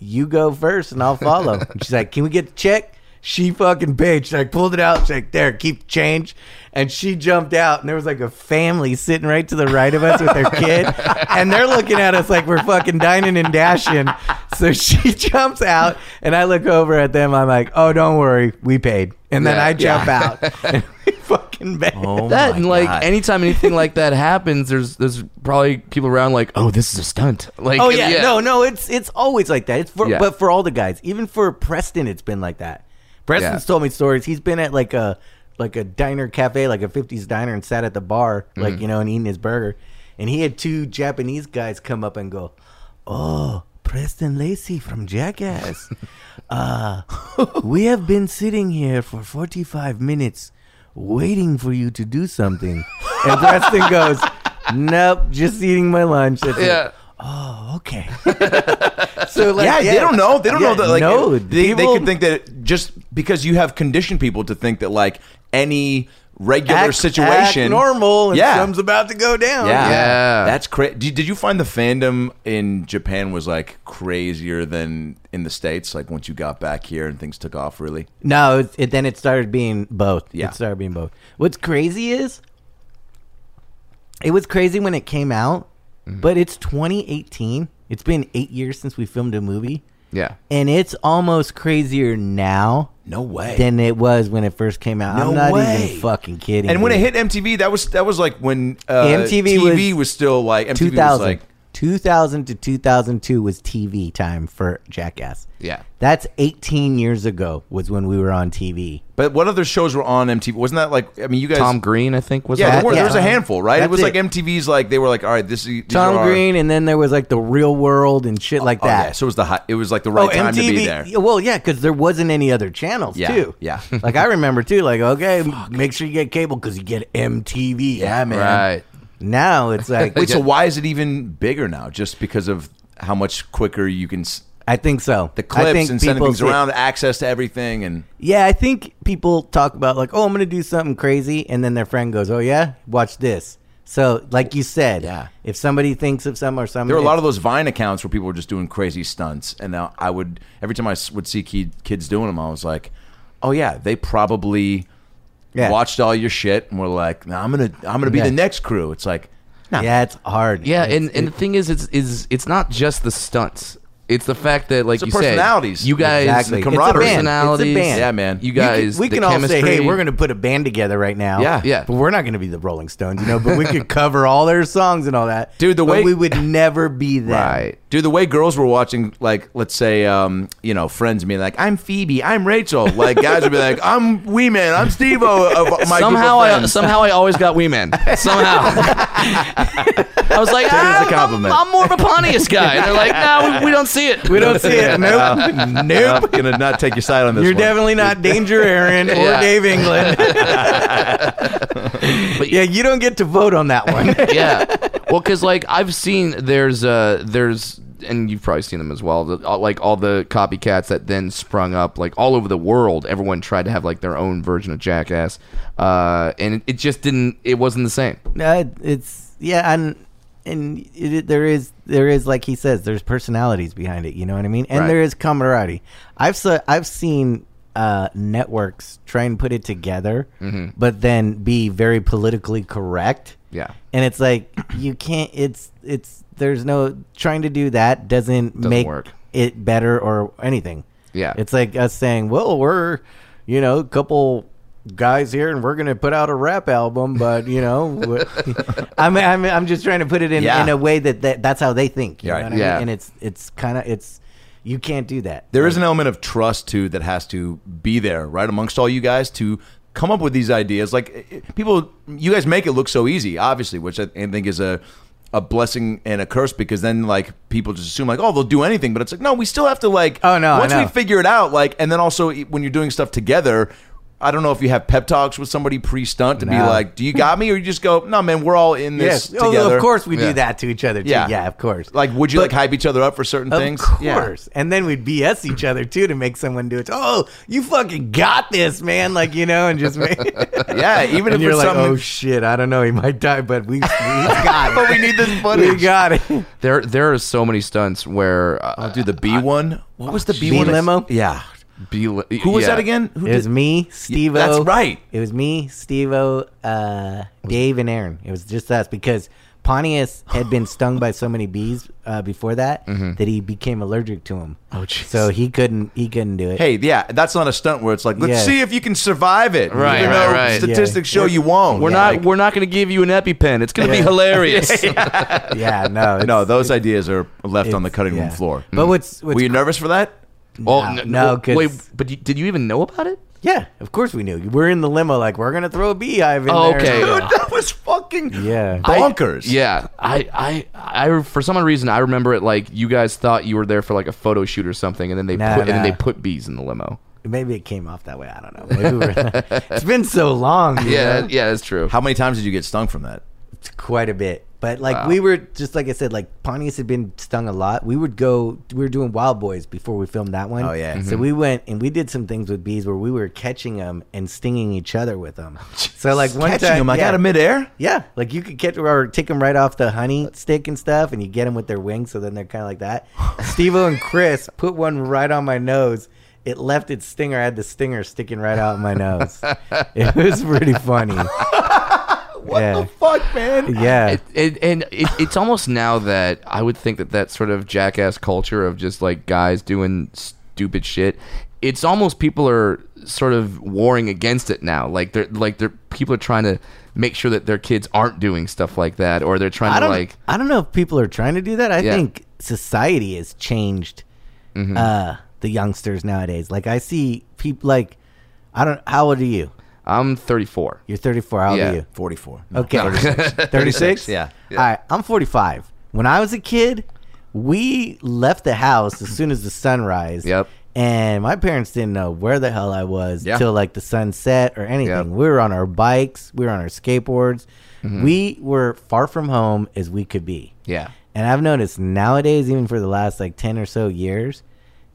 you go first and I'll follow. And she's like, can we get the check? She fucking paid. She's like, pulled it out. She's like, there, keep the change. And she jumped out, and there was like a family sitting right to the right of us with their kid. And they're looking at us like we're fucking dining and dashing. So she jumps out, and I look over at them. I'm like, oh, don't worry. We paid. And then Yeah, Oh I jump yeah. out. And we fucking paid. that my and like God. anytime anything like that happens, there's there's probably people around like, oh, this is a stunt. Like, Oh yeah, no, no, it's it's always like that. It's for Yeah. but for all the guys, even for Preston, it's been like that. Preston's Yeah. told me stories. He's been at like a like a diner cafe, like a '50s diner, and sat at the bar, Mm-hmm. like you know, and eating his burger. And he had two Japanese guys come up and go, "Oh, Preston Lacey from Jackass, uh, we have been sitting here for 45 minutes." Waiting for you to do something, and Preston goes, "Nope, just eating my lunch." That's it." yeah. okay. so like, yeah, they don't know. They don't Yeah, know that. Like, no, they, they people- could think that just because you have conditioned people to think that like any regular Act- situation, act normal, and yeah, someone's about to go down. yeah, Yeah. that's crazy. Did, did you find the fandom in Japan was like crazier than in the states? Like once you got back here and things took off, really? No, it, it, then it started being both. Yeah. It started being both. What's crazy is, it was crazy when it came out, Mm-hmm. but it's 2018. It's been eight years since we filmed a movie, Yeah. and it's almost crazier now No way. than it was when it first came out. No I'm not way. even fucking kidding. and when it dude. hit MTV, that was that was like when uh, MTV was- TV was, still like MTV was 2000. like 2000 to 2002 was TV time for Jackass. Yeah. That's 18 years ago was when we were on TV. But what other shows were on MTV? Wasn't that like? I mean, you guys. Tom Green, I think, was yeah, on there, it. were, there was a Yeah. handful, right? it That's was it. like MTV's. Like they were like, all right, this is Tom Green and then there was like The Real World and shit like Oh, that. Oh, yeah, so it was the hot, it was like the right time to be there. yeah, Well, yeah, cuz there wasn't any other channels Yeah, too. yeah. like I remember too like okay, make sure you get cable cuz you get MTV. Yeah, man. Right. Now it's like Wait, so why is it even bigger now? Just because of how much quicker you can s- I think so. the I clips think and sending people things see- around, access to everything, and Yeah, I think people talk about like, oh, I'm gonna do something crazy, and then their friend goes, oh yeah, watch this. So, like you said, Yeah. if somebody thinks of some or something, there were a lot of those Vine accounts where people were just doing crazy stunts. And now I would every time I s- would see kid, kids doing them, I was like, oh yeah, they probably Yeah. watched all your shit and were like, nah, I'm gonna I'm gonna be Yeah. the next crew. It's like yeah, it's hard. Yeah, It's- and, and the thing is, it's is it's not just the stunts. It's the fact that, It's like the you said, personalities. you guys, Exactly. the It's a band. It's a personalities, band. Yeah, man. you You guys, You could- we the can all say, hey, chemistry. we're going to put a band together right now. Yeah. Yeah. But we're not going to be the Rolling Stones, you know, but we could cover all their songs and all that. Dude, the But way- we would never be that. right. Dude, the way girls were watching, like, let's say, um, you know, friends being like, I'm Phoebe, I'm Rachel. Like, guys would be like, I'm Wee Man, I'm Steve O of my somehow, group of I, friends. somehow I always got Wee Man. Somehow. I was like, as a "Ah, I'm, compliment." I'm more of a Pontius guy. And they're like, no, we, we don't see it. We don't see it. Nope. nope. Gonna not take your side on this You're one. definitely not Danger Aaron or Yeah. Dave England. yeah, you don't get to vote on that one. yeah. Well, because like I've seen there's uh there's and you've probably seen them as well. The, all, like all the copycats that then sprung up like all over the world. Everyone tried to have like their own version of Jackass, uh, and it, it just didn't. It wasn't the same. Uh, it's yeah, and and it, it- there is there is like he says, there's personalities behind it. You know what I mean? And Right. there is camaraderie. I've se- I've seen uh, networks try and put it together, Mm-hmm. but then be very politically correct. Yeah. and it's like you can't. It's it's there's no trying to do that doesn't, make work. it better or anything. Yeah. it's like us saying, well, we're you know a couple guys here and we're gonna put out a rap album but you know wh- I'm, I'm i'm just trying to put it in Yeah. in a way that, that that's how they think you Yeah. know what I Yeah. mean? and it's it's kind of it's you can't do that There is an element of trust too that has to be there, right, amongst all you guys to come up with these ideas. Like it- it- people, you guys make it look so easy, obviously, which I I think is a a blessing and a curse because then like people just assume like oh they'll do anything but it's like no we still have to like Oh, no, I once we know. figure it out like and then also e- when you're doing stuff together I don't know if you have pep talks with somebody pre-stunt to be No. like do you got me or you just go no man we're all in this yes Oh, together of course we Yeah. do that to each other too Yeah. yeah, of course like would you But- like hype each other up for certain Of things Yeah. course. And then we'd BS each other too to make someone do it. Oh, you fucking got this, man. Like, you know, and just make. Yeah, even if and you're it's like, something- oh shit, I don't know, he might die, but we, we got it. but we need this we footage got it. There there are so many stunts where uh, I'll do Oh, the B one. What was the B B one limo? Yeah. be, Who was that again? Who It was me, Steve O. That's right. It was me, Steve O, uh, Dave, and Aaron. It was just us because Pontius had been stung by so many bees uh, before that Mm-hmm. that he became allergic to them. Oh, jeez. So he couldn't. He couldn't do it. Hey, yeah, that's not a stunt where it's like, let's Yeah. see if you can survive it. Right, Even right, though right. Statistics show you won't. We're not we're not going to give you an EpiPen. It's going to be hilarious. Yeah, no, it's- No, those ideas are left on the it's- cutting room yeah. floor. Mm. But what's Were what's you nervous for that? Well, No, n- no, well, 'cause- wait, but you, did you even know about it? Yeah, of course we knew. We're in the limo, like we're gonna throw a beehive in Oh, there. okay. Dude, Yeah. that was fucking Yeah. I- bonkers. yeah, I, I, I, for some reason, I remember it like you guys thought you were there for like a photo shoot or something, and then they Nah, put, and then nah. they put bees in the limo. Maybe it came off that way. I don't know. Maybe we're, it's been so long. you Yeah, know? yeah, that's true. How many times did you get stung from that? It's quite a bit. But like we were just like I said, like Pontius had been stung a lot. We would go. We were doing Wild Boys before we filmed that one. Oh, yeah. So we went and we did some things with bees where we were catching them and stinging each other with them. So like one Catching time, him, I yeah. got him midair. Yeah, like you could catch or take them right off the honey stick and stuff, and you get them with their wings, so then they're kind of like that. Stevo and Chris put one right on my nose. It left its stinger. I had the stinger sticking right out my nose. it was pretty funny. yeah, Fuck, man. yeah. It, it, and it, it's almost now that I would think that that sort of jackass culture of just like guys doing stupid shit, it's almost people are sort of warring against it now. Like they're like they're people are trying to make sure that their kids aren't doing stuff like that, or they're trying to I don't. like I don't know if people are trying to do that. I Yeah. Mm-hmm. think society has changed uh, the youngsters nowadays. Like I see people like I don't. How old are you? I'm 34. You're 34. How old Yeah. are you? Forty-four. Okay. 36. Yeah. All right. I'm 45. When I was a kid, we left the house as soon as the sunrise. Yep. And my parents didn't know where the hell I was Yeah. till like the sunset or anything. Yep. Mm-hmm. We were on our bikes, we were on our skateboards. We were far from home as we could be. Yeah. And I've noticed nowadays, even for the last like 10 or so years,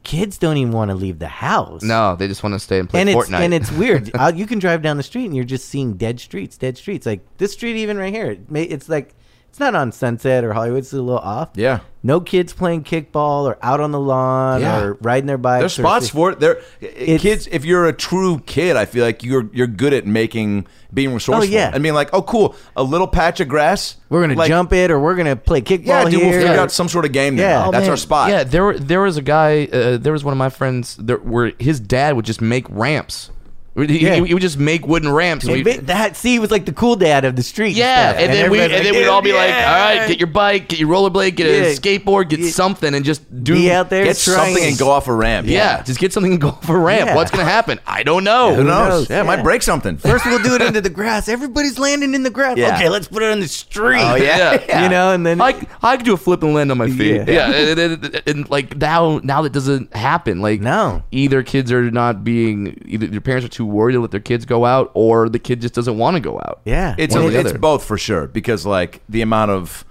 kids don't even want to leave the house No, they just want to stay and play and Fortnite. it's and it's weird. Uh you can drive down the street and you're just seeing dead streets, dead streets. Like this street, even right here, it may, it's like it's not on Sunset or Hollywood. It's a little off. Yeah. no kids playing kickball or out on the lawn Yeah. or riding their bikes. There's or- spots for it. There, kids. If you're a true kid, I feel like you're you're good at making being resourceful. yeah. and being like, oh, cool, a little patch of grass. We're gonna like, jump it or we're gonna play kickball Yeah, dude, here. we'll figure or- out some sort of game. Yeah, Yeah. Oh, that's man, our spot. Yeah, there were- there was a guy. Uh, there was one of my friends. There, where his dad would just make ramps He, Yeah. he, he would just make wooden ramps. and And we- Vin- that see, he was like the cool dad of the street. yeah, stuff. and, then we and everybody- then we'd all be like, "All right, get your bike, get your rollerblade, get Yeah. a skateboard, get Yeah. something, and just do be out there Get trying something and go off a ramp. Yeah. just get something and go for a ramp. Yeah. What's gonna happen? I don't know. Who knows? knows? Yeah, it might Yeah. break something. First, we'll do it into the grass. Everybody's landing in the grass. Yeah. Okay, let's put it on the street. Oh, yeah. you know, and then I, I could do a flip and land on my feet. Yeah. Yeah, and, and- and- and, like now now that doesn't happen. Like No. either kids are not being either your parents are too worried to let their kids go out, or the kid just doesn't want to go out. yeah, It's, One or the it's other. both for sure because like the amount of,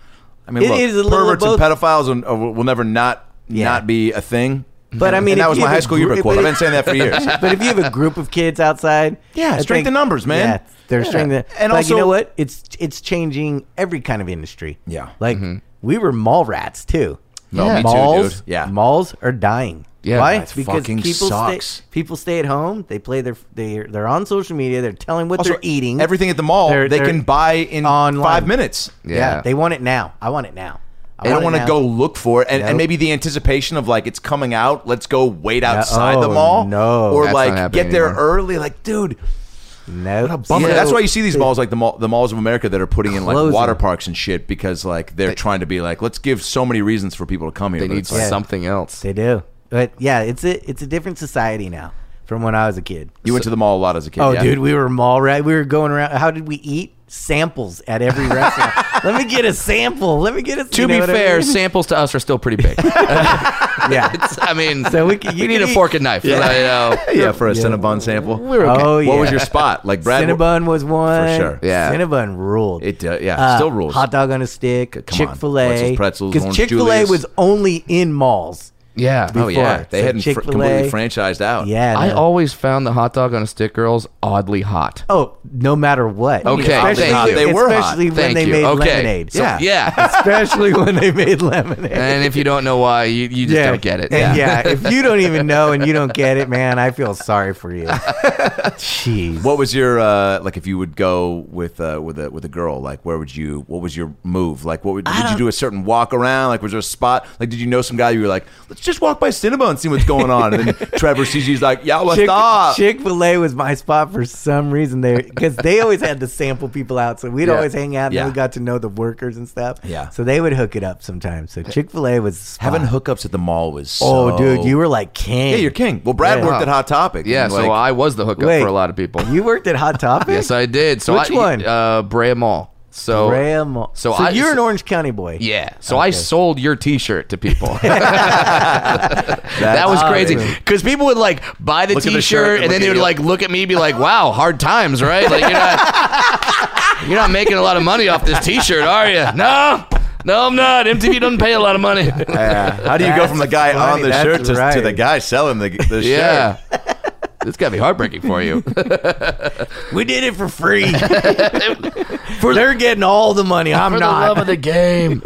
I mean, It look, is a little perverts and of pedophiles will, uh, will never not Yeah. not be a thing. But, I And mean, that if was you my have high a school year group- quote. I've but been if- saying that for years. but if you have a group of kids outside, Yeah, I strength think- in numbers, man. Yeah, their Yeah. strength. in- And like, also- you know what? It's it's changing every kind of industry. Yeah. like we were mall rats too. No, me too, malls, dude. Yeah. malls are dying. Yeah, Why? that fucking people sucks. stay people stay at home. They play their they they're on social media. They're telling what Also, they're eating. everything at the mall They're- they they're can buy in online. five minutes. yeah. they want it now. I want it now. I don't want it to now. go look for it, and, and Nope. maybe the anticipation of like it's coming out. Let's go wait outside the oh, mall, no. or That's not like happening get there anymore. early. Like, dude, No, bummer. So- That's why you see these malls like the mall, the malls of America that are putting in like Closing. water parks and shit because like they're trying to be like, let's give so many reasons for people to come here. they but need it's like, something else. They do. But yeah, it's a it's a different society now from when I was a kid. you went to the mall a lot as a kid. Oh, yeah? dude, we were mall rat. We were going around. How did we eat? Samples at every restaurant. Let me get a sample. Let me get a. To you know be what I fair, mean? samples to us are still pretty big. yeah. I mean, So we, we can- you need can a eat- fork and knife. Yeah. yeah, for a Cinnabon sample. we were okay. Oh yeah. What was your spot? Like Brad? Cinnabon was one sure. Yeah. Cinnabon ruled. It, uh, yeah, still rules. Hot dog on a stick. on. Chick Fil A. Wetzel's Pretzels, Orange Chick Fil A Julius. was only in malls. yeah. Oh yeah, before. they So hadn't fr- Chick-fil-A. completely franchised out. Yeah. I no. always found the hot dog on a stick girls oddly hot. Oh, no matter what. Okay, Especially, thank you. They were hot. especially when Thank they you. made okay. lemonade. So- yeah. yeah. especially when they made lemonade. and if you don't know why, you, you just don't get it. And yeah. If you don't even know and you don't get it, man, I feel sorry for you. Jeez. What was your uh, like? If you would go with uh, with a with a girl, like where would you? What was your move? Like, what would, did you do? A certain walk around? Like, was there a spot? Like, did you know some guy? You were like, let's just walk by Cinnabon and see what's going on. And then Trevor sees you, he's like, y'all let's Chick stop. Fil A was my spot for some reason there because they always had to sample people out, so we'd Yeah. always hang out and Yeah. then we got to know the workers and stuff. Yeah. so they would hook it up sometimes. So Chick Fil A was the spot. Having hookups at the mall was so... Oh, dude, you were like king. yeah, you're king. Well, Brad Yeah. worked at Hot Topic. Yeah, and, so like, I was the hookup Wait. for a lot of people. You worked at Hot Topic. yes, I did. So Which I, one? Uh, Brea Mall. So Graham. So So, I- you're an so- Orange County boy. Yeah. So I sold your T-shirt to people. that was awesome. crazy because people would like buy the Look at the shirt and T-shirt look and then they at would you. like look at me, and be like, "Wow, hard times, right? Like you're not, you're not making a lot of money off this T-shirt, are you? No, no, I'm not. MTV doesn't pay a lot of money. Yeah. How do you go from the guy funny, on the that's shirt to, to right. the guy selling the, the shirt? yeah." It's gotta be heartbreaking for you. we did it for free. for they're getting all the money. I'm for the not. love of the game.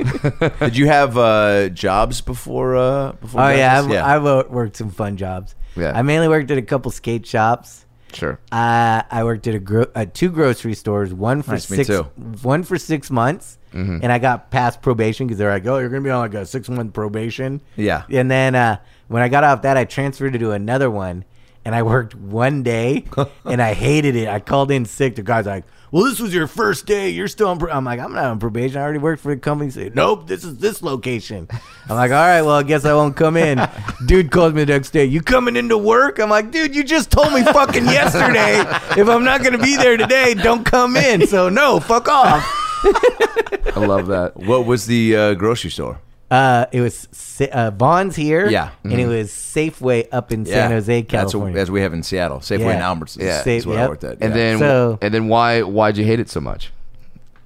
Did you have uh, jobs before? Uh, before Oh yeah, Judges? I've, I've wo- worked some fun jobs. Yeah. I mainly worked at a couple skate shops. sure. Uh, I worked at a gro- uh, two grocery stores, one for Nice, me six, too. one for six months, Mm-hmm. and I got past probation because they're like, "Oh, you're gonna be on like a six month probation." Yeah. And then uh, when I got off that, I transferred to another one, and I worked one day, and I hated it. I called in sick. The guy's like, "Well, this was your first day. You're still on." Pro-. I'm like, "I'm not on probation. I already worked for the company." He said, "Nope, this is this location." I'm like, "All right, well, I guess I won't come in." Dude calls me the next day. You coming into work? I'm like, "Dude, you just told me fucking yesterday if I'm not gonna be there today, don't come in." So no, fuck off. I love that. What was the uh, grocery store? Uh, it was Sa- uh, Bonds here, Yeah. mm-hmm. and it was Safeway up in San Jose, That's what- California. as we have in Seattle, Safeway Yeah. and Albertsons. Yeah. that's Safe- where I yep. worked at. yeah. And then, So- and then, why, why'd you hate it so much?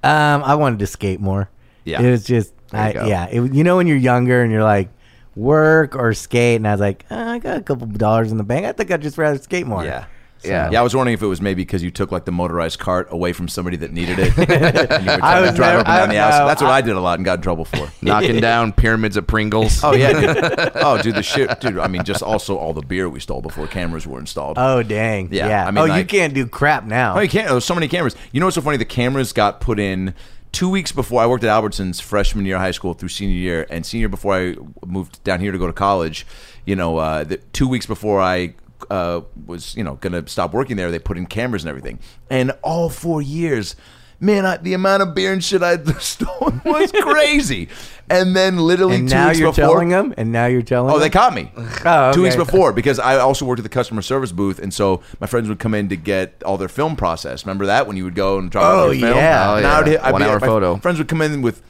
Um, I wanted to skate more. Yeah. it was just, you I, go. yeah, it, was- you know when you're younger and you're like work or skate, and I was like, "Uh, I got a couple dollars in the bank. I think I'd just rather skate more. yeah. Yeah. Yeah, I was wondering if it was maybe because you took like the motorized cart away from somebody that needed it. and you would try to was drive never- up and down I- the house. no, That's what I, did a lot and got in trouble for. Knocking down pyramids of Pringles. Oh yeah, dude. oh dude, the shit, dude. I mean, just also all the beer we stole before cameras were installed. Oh dang. Yeah, Yeah. I mean, oh, like- you can't do crap now. Oh, you can't. There's so many cameras. You know what's so funny? The cameras got put in two weeks before I worked at Albertsons freshman year of high school through senior year, and senior before I moved down here to go to college. You know, uh, the, two weeks before I uh, was you know going to stop working there, they put in cameras and everything. And all four years, man, I, the amount of beer and shit I stole was crazy. and then literally And two now weeks you're before, telling them. And now you're telling. Oh, they them? caught me Oh, two weeks okay. before because I also worked at the customer service booth, and so my friends would come in to get all their film processed. Remember that when you would go and drop Oh, off your film? yeah. Oh, And yeah. I'd hit- I'd One be- hour my photo. Friends would come in with.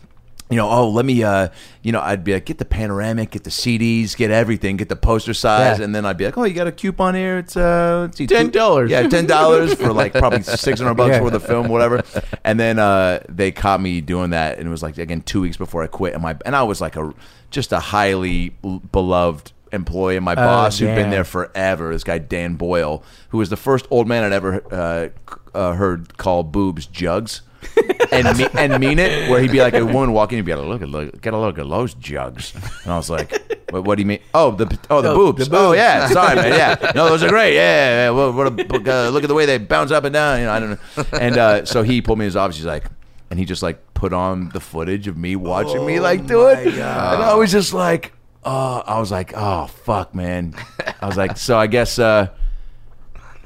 You know, oh, let me, uh, you know, I'd be like, get the panoramic, get the CDs, get everything, get the poster size, Yeah. and then I'd be like, oh, you got a coupon here? It's uh, let's see, two- $10. yeah, ten dollars for like probably six hundred bucks Yeah. worth of film, whatever. And then uh, they caught me doing that, and it was like again two weeks before I quit, and my and I was like a just a highly l- beloved employee, and my boss who'd been yeah. there forever, this guy Dan Boyle, who was the first old man I'd ever uh, c- uh, heard call boobs jugs. and me, and mean it, where he'd be like a woman walking, he'd be like, look at look, get a look at those jugs, and I was like, what, what do you mean? Oh, the oh the boobs. Oh yeah, sorry man. Yeah, no, those are great. Yeah, yeah, yeah. Well, what a, uh, look at the way they bounce up and down. You know, I don't know. And uh, so he pulled me in his office. He's like, and he just like put on the footage of me watching Oh me like do it, and I was just like, oh, I was like, oh fuck, man. I was like, so I guess. uh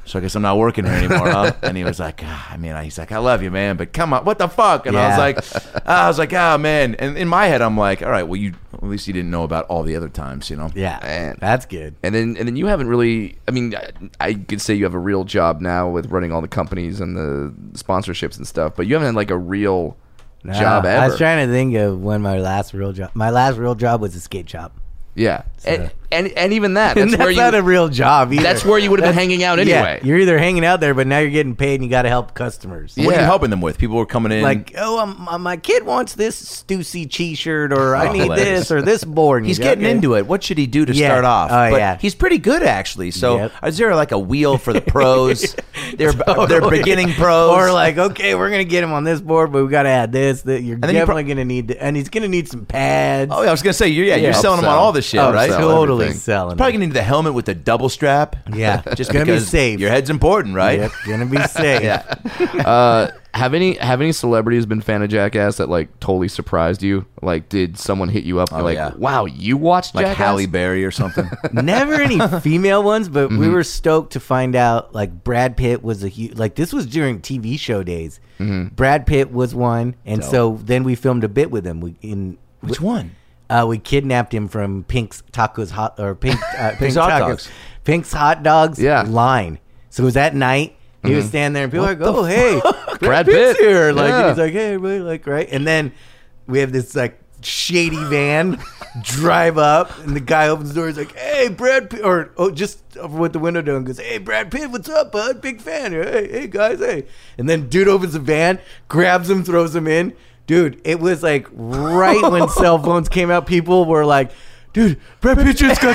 so I guess I'm not working here anymore, huh? And he was like, ah, I mean, I- he's like, I love you, man, but come on, what the fuck? And I was like, ah, I was like, ah, man. And in my head, I'm like, all right, well, you at least you didn't know about all the other times, you know? Yeah, Man. that's good. And then, and then you haven't really. I mean, I, I could say you have a real job now with running all the companies and the sponsorships and stuff, but you haven't had like a real job Uh, ever. I was trying to think of when my last real job. My last real job was a skate shop. yeah, and, and and even that. That's, And That's, where you. not a real job either. that's where you would have been hanging out anyway. Yeah, you're either hanging out there, but now you're getting paid and you got to help customers. What are Yeah. you helping them with? People were coming in. Like, oh, um, uh, my kid wants this Stussy T-shirt, or I Oh, need hilarious. this, or this board. And he's you go, getting okay. into it. What should he do to Yeah. start off? Oh, but yeah. he's pretty good actually. So Yep. is there like a wheel for the pros? they're uh, they're Totally. beginning pros. Or like, okay, we're gonna get him on this board, but we gotta add this. That you're then you pro- definitely gonna need, to, and he's gonna need some pads. Oh, yeah, I was gonna say, you yeah, Yeah. you're selling them on Upsell. all this shit, Upsell right? everything. totally everything. selling. Probably it. gonna need the helmet with the double strap. yeah, Just gonna be because safe. Your head's important, right? Yep, gonna be safe. Yeah. Uh, have any have any celebrities been fan of Jackass that like totally surprised you? Like, did someone hit you up? and Oh, you're like, yeah. wow, you watched like Jackass? Halle Berry or something. Never any female ones, but we Mm-hmm. were stoked to find out like Brad Pitt was a huge like this was during TV show days. Mm-hmm. Brad Pitt was one, and so then we filmed a bit with him. We in Which one? uh, we kidnapped him from Pink's Tacos Hot or Pink uh, Pink's, Hot Tacos, Dogs. Pink's Hot Dogs Yeah. line. So it was at night. He Mm-hmm. was standing there, and people were like, "Oh, hey, Brad Pitt's Pitt. here!" Like Yeah. he's like, "Hey, everybody!" Like right, and then we have this like shady van drive up, and the guy opens the door. He's like, "Hey, Brad," Pitt, or oh, just over with the window down, goes, "Hey, Brad Pitt, what's up, bud? Big fan. Hey, hey, guys, hey!" And then dude opens the van, grabs him, throws him in. Dude, it was like right when cell phones came out, people were like, dude, Brad Pitt just got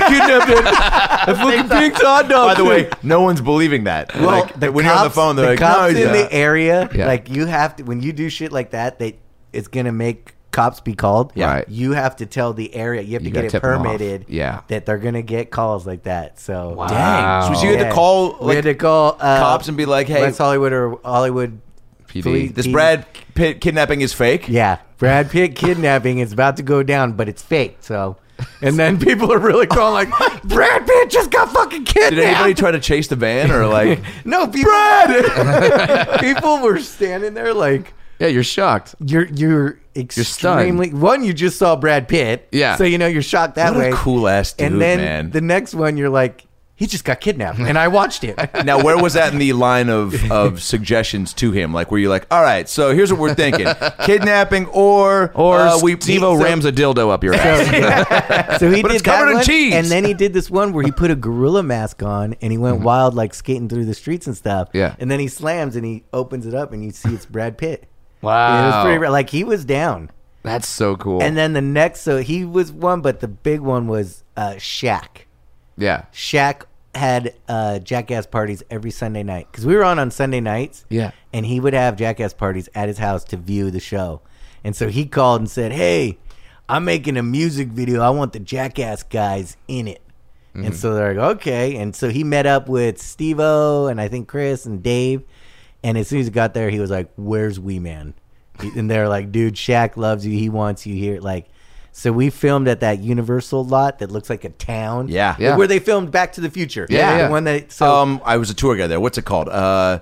kidnapped. and- I fucking pinked hot dog. By the way, no one's believing that. Well, like, when you're on the cops- phone, they're like, cops no, in yeah. the area, Yeah. like you have to when you do shit like that, they it's gonna make cops be called. Yeah. Right. You have to tell the area. You have You to gotta get it tip 'em off. permitted. Yeah. that they're gonna get calls like that. So wow. Dang. So you had Yeah. to call we like, had to call uh, cops and be like, hey, West Hollywood or Hollywood. PD. Police- this Brad Pitt kidnapping is fake. Yeah, Brad Pitt kidnapping is about to go down, but it's fake. So, and then people are really calling like, Brad Pitt just got fucking kidnapped. Did anybody try to chase the van or like? No, people, Brad! people were standing there like Yeah, you're shocked. you're you're stunned. extremely one. You just saw Brad Pitt, Yeah. So you know you're shocked that What a way. cool-ass dude, And then man. the next one, you're like, he just got kidnapped, and I watched it. now, where was that in the line of, of suggestions to him? Like, were you like, all right, so here's what we're thinking: kidnapping or Or uh, we Devo so- rams a dildo up your ass. So he But did it's covered that in one, cheese. and then he did this one where he put a gorilla mask on and he went Mm-hmm. wild, like skating through the streets and stuff. Yeah. and then he slams and he opens it up, and you see it's Brad Pitt. wow, And it was pretty ra- like he was down. that's so cool. And then the next, so he was one, but the big one was uh, Shaq. yeah, Shaq had uh, jackass parties every Sunday night because we were on on Sunday nights. Yeah. and he would have jackass parties at his house to view the show. And so he called and said, "Hey, I'm making a music video. I want the jackass guys in it." And so they're like, "Okay." And so he met up with Steve-O and I think Chris and Dave. And as soon as he got there, he was like, "Where's Wee Man?" and they're like, "Dude, Shaq loves you. He wants you here." Like. So we filmed at that Universal lot that looks like a town. Yeah. Yeah. Where they filmed Back to the Future. Yeah, yeah. The one that so um, I was a tour guy there. What's it called? Uh,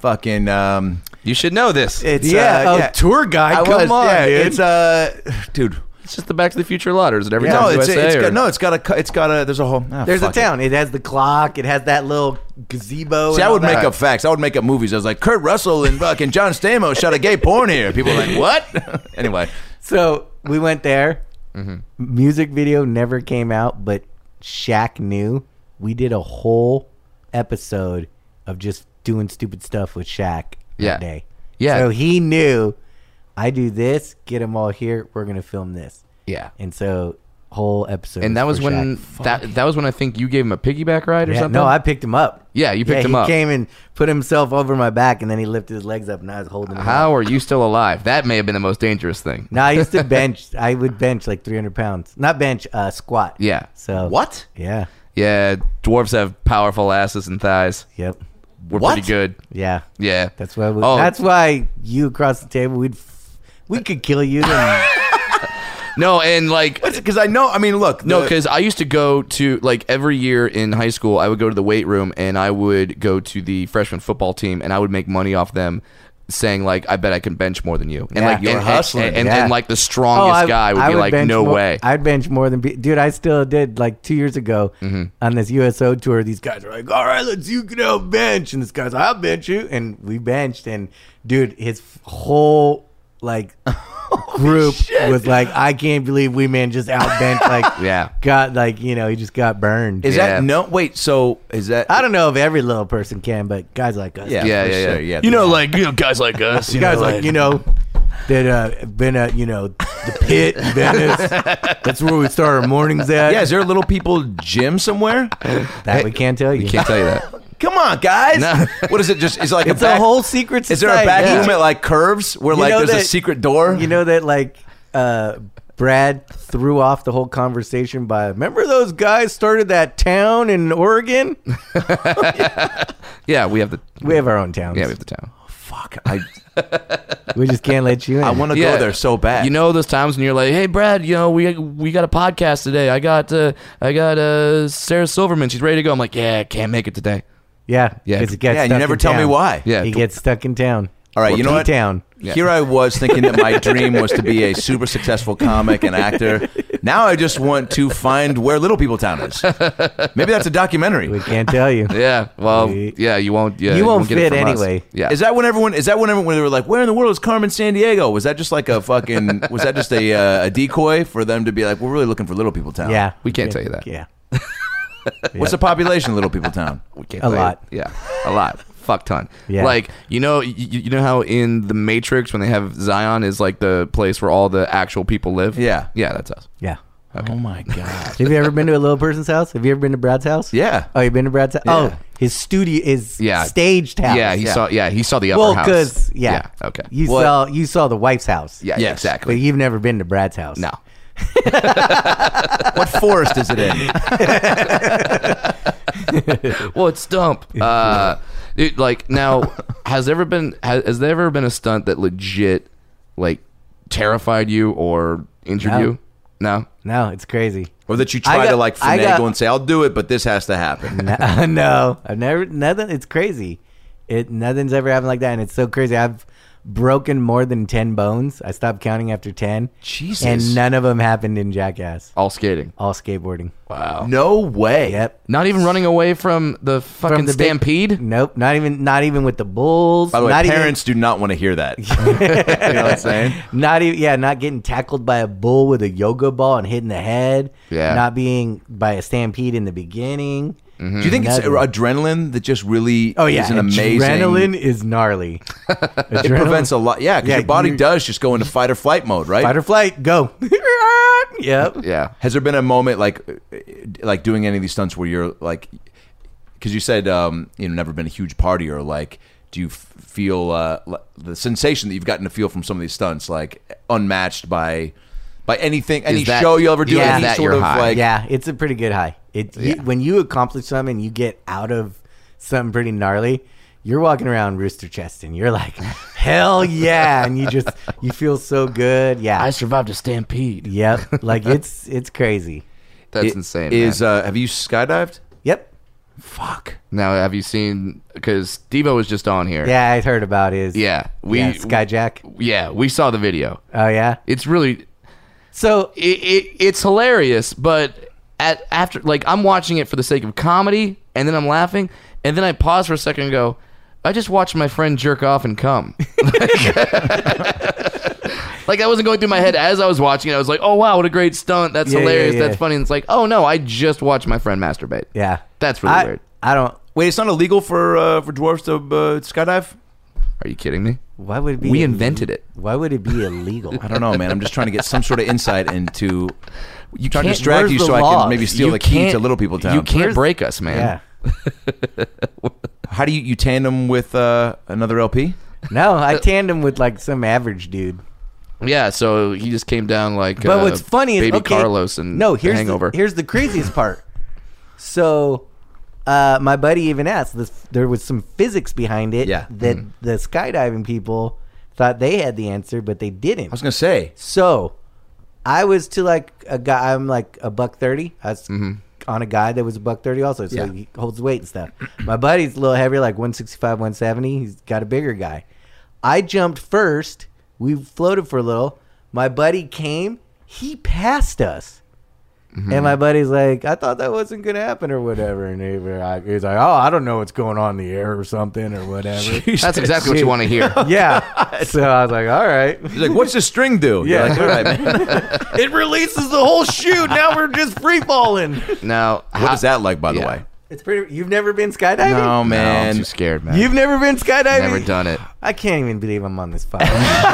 fucking. Um, You should know this. It's it's Yeah, uh, oh, tour guide, I come on, yeah, dude. It's uh, dude. just the Back to the Future lotters at every No, time it's, USA. it's or- got, no, it's got a, cu- it's got a. There's a whole. ah, there's a fuck it. town. It. has the clock. It has that little gazebo. See, and I all would that. make up facts. I would make up movies. I was like, Kurt Russell and fucking John Stamos shot a gay porn here. People are like, what? anyway, So we went there. Mm-hmm. Music video never came out, but Shaq knew. We did a whole episode of just doing stupid stuff with Shaq Yeah. that day. Yeah. So he knew I do this, get them all here, we're going to film this. Yeah. And so whole episode. And that was for when Shaq. that that was when I think you gave him a piggyback ride or Yeah, something. no, I picked him up. Yeah, you picked him he up. came and put himself over my back, and then he lifted his legs up, and I was holding him. up. How are you still alive? That may have been the most dangerous thing. No, I used to bench. I would bench like 300 pounds. Not bench, uh, squat. Yeah. So what? Yeah. Yeah, dwarves have powerful asses and thighs. Yep. We're What? pretty good. Yeah. Yeah, That's why. We, Oh. That's why you across the table. We'd f- we could kill you. And, no, and like Because I know. I mean, look. No, the- because I used to go to like every year in high school, I would go to the weight room and I would go to the freshman football team and I would make money off them saying like, "I bet I can bench more than you." And Yeah. like You and, were and- hustling, and, and, yeah. and, like the Oh, strongest guy would be like, bench "No more- way." I'd bench more than be- dude. I still did like two years ago Mm-hmm. on this USO tour. These guys are like, "All right, let's you can out bench," and this guy's, "I'll bench you," and we benched. And dude, his whole like group was like, "I can't believe we man just out bench." Like, Yeah. got like you know he just got burned. is Yeah. that no? Wait. So is that? I don't know if every little person can, but guys like us, Yeah. Yeah, for yeah, yeah. sure, yeah. You know, like you know, guys like us. You guys know, like you know that uh been at you know the pit in Venice. That's where we start our mornings at. Yeah. Is there a little people gym somewhere? that we can't tell you. can't tell you that. Come on, guys. No. What is it? Just it's like It's a, back, a whole secret. Is there a society. back room Yeah. at like curves where You like know there's a that- secret door? You know that like uh Brad threw off the whole conversation by remember those guys started that town in Oregon? Yeah, we have the We have our own towns. yeah, we have the town. fuck. I we just can't let you in. I want to Yeah. go there so bad. You know those times when you're like, "Hey, Brad, you know we we got a podcast today. I got uh, I got uh, Sarah Silverman. She's ready to go." I'm like, "Yeah, can't make it today." yeah, Yeah. 'cause he gets Yeah, and you stuck never in tell me town. why. Yeah, he tw- gets stuck in town. All right, you know what? Town. Here I was thinking that my dream was to be a super successful comic and actor. Now I just want to find where Little People Town is. Maybe that's a documentary. We can't tell you. Yeah. Well. We- Yeah. You won't. Yeah, You won't get it fit from us. anyway. Yeah. Is that when everyone? Is that when everyone? When they were like, "Where in the world is Carmen San Diego?" Was that just like a fucking? Was that just a uh, a decoy for them to be like, "We're really looking for Little People Town." Yeah, We can't tell you that. Yeah, What's the population of Little People Town? we can't a tell you. lot. Yeah. A lot. Fuck ton. Yeah. Like you know you, you know how in the Matrix when they have Zion is like the place where all the actual people live. Yeah. Yeah. That's us. yeah. Oh my god. Have you ever been to a little person's house? Have you ever been to Brad's house? Yeah. Oh, you've been to Brad's house? Yeah. Oh, his studio is Yeah. staged house. Yeah. He saw. Yeah. He saw the upper well, house. because yeah. Okay. You What- saw you saw the wife's house. yeah. Yes. Exactly. But you've never been to Brad's house. no. What forest is it in? Well, it's dump. Uh, dude, like now, has ever been has, has there ever been a stunt that legit like terrified you or injured No. you? No. No, it's crazy. Or that you I try got- to like I finagle got- and say, "I'll do it," but this has to happen. no, no, I've never nothing. It's crazy. It nothing's ever happened like that, and it's so crazy. I've broken more than ten bones. I stopped counting after ten. Jesus. And none of them happened in Jackass. All skating. All skateboarding. Wow. No way. Yep. Not even running away from the fucking the big- stampede. Nope. Not even. Not even with the bulls. By the way, not parents do not want to hear that. you know what I'm saying? Even, not even. Yeah. Not getting tackled by a bull with a yoga ball and hitting the head. Yeah. Not being by a stampede in the beginning. Do you think it's Nothing. adrenaline that just really Oh yeah. is an amazing Adrenaline is gnarly. It prevents a lot. Yeah, because Yeah, your body you- does just go into fight or flight mode, right? Fight or flight. Go. yep. Yeah. Has there been a moment like uh, like doing any of these stunts where you're like because you said um, you know never been a huge party or like do you f- feel uh, l- the sensation that you've gotten to feel from some of these stunts like unmatched by by anything any that- show you will ever do Yeah. any Is that sort your of high? like yeah, it's a pretty good high. It you- when you accomplish something, you get out of something pretty gnarly. You're walking around rooster chested. and You're like, Hell yeah. And you just you feel so good. Yeah. I survived a stampede. yep. Like it's it's crazy. That's It insane. Is man. uh, have you skydived? Yep. Fuck. now have you seen? Because Devo was just on here. Yeah, I heard about his Yeah, we yeah, Skyjack. Yeah, we saw the video. Oh yeah. It's really So it, it it's hilarious, but at after like I'm watching it for the sake of comedy, and then I'm laughing, and then I pause for a second and go, I just watched my friend jerk off and come. like I wasn't going through my head as I was watching it. I was like, oh wow, what a great stunt! That's Yeah, yeah, hilarious. yeah. That's funny. And it's like, oh no, I just watched my friend masturbate. yeah. That's really I, weird. I don't Wait, it's not illegal for uh, for dwarves to uh, skydive. Are you kidding me? why would it be We ille- invented it. Why would it be illegal? I don't know, man. I'm just trying to get some sort of insight into. You trying to can't- distract where's you the so I law? can maybe steal You the key to can't- Little People Town. You can't break us, man. yeah. How do you you tandem with uh, another LP? No, I tandem with like some average dude. Yeah, so he just came down like. But uh, what's funny is baby okay, Carlos and no. The Here's Hangover. The, here's the craziest part. So, uh, my buddy even asked. This, there was some physics behind it. Yeah. That Mm. the skydiving people thought they had the answer, but they didn't. I was gonna say so, I was to like a guy. I'm like a buck thirty. I was on a guy that was a buck thirty also. So Yeah. he holds the weight and stuff. my buddy's a little heavier, like 165, 170. He's got a bigger guy. I jumped first. We floated for a little. My buddy came. He passed us. And my buddy's like, I thought that wasn't gonna happen or whatever. And he was like, he's like, Oh, I don't know what's going on in the air or something or whatever. That's exactly what you want to hear. yeah. So I was like, All right. He's like, "What's this string do?" You're Yeah. like, "All right, man. It releases the whole chute. Now we're just free falling. Now, What is that like, by the Yeah. way? It's pretty. You've never been skydiving? No, man. I'm too scared, man. Oh, You've never been skydiving? never done it. I can't even believe I'm on this file.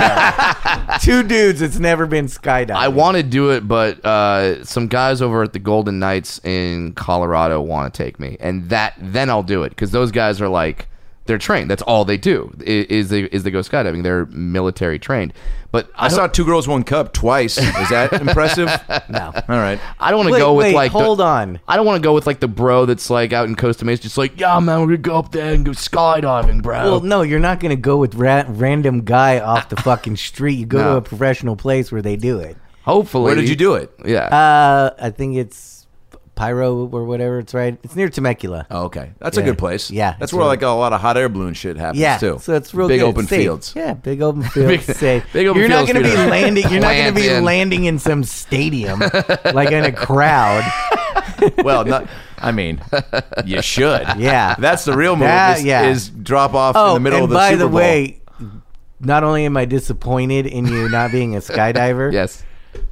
Two dudes that's never been skydiving. I want to do it, but uh, some guys over at the Golden Knights in Colorado want to take me, and that then I'll do it because those guys are like they're trained. That's all they do i- is they is they go skydiving. They're military trained, but I, I saw two girls, one cup twice. Is that impressive? No. All right. I don't want Wait, to go with wait, like the- hold on. I don't want to go with like the bro that's like out in Costa Mesa, just like yeah, man, we're gonna go up there and go skydiving, bro. Well, no, you're not going to go with ra- random guy off the fucking street. You go to No. a professional place where they do it. Hopefully, Where did you do it? Yeah, Uh, I think it's Pyro or whatever. It's right. It's near Temecula. Oh, okay. That's a Yeah. good place. Yeah, That's it's where really- like a lot of hot air balloon shit happens yeah, too. so it's real big good. open Safe. fields. Yeah, big open fields. Big- safe. big open you're not fields going to be for you to landing. You're not going to plant be in. landing in some stadium like in a crowd. well, not, I mean, you should. Yeah. That's the real move. That- is, yeah. Oh, is drop off in the middle and of the by Super the Bowl. way, not only am I disappointed in you not being a skydiver, yes.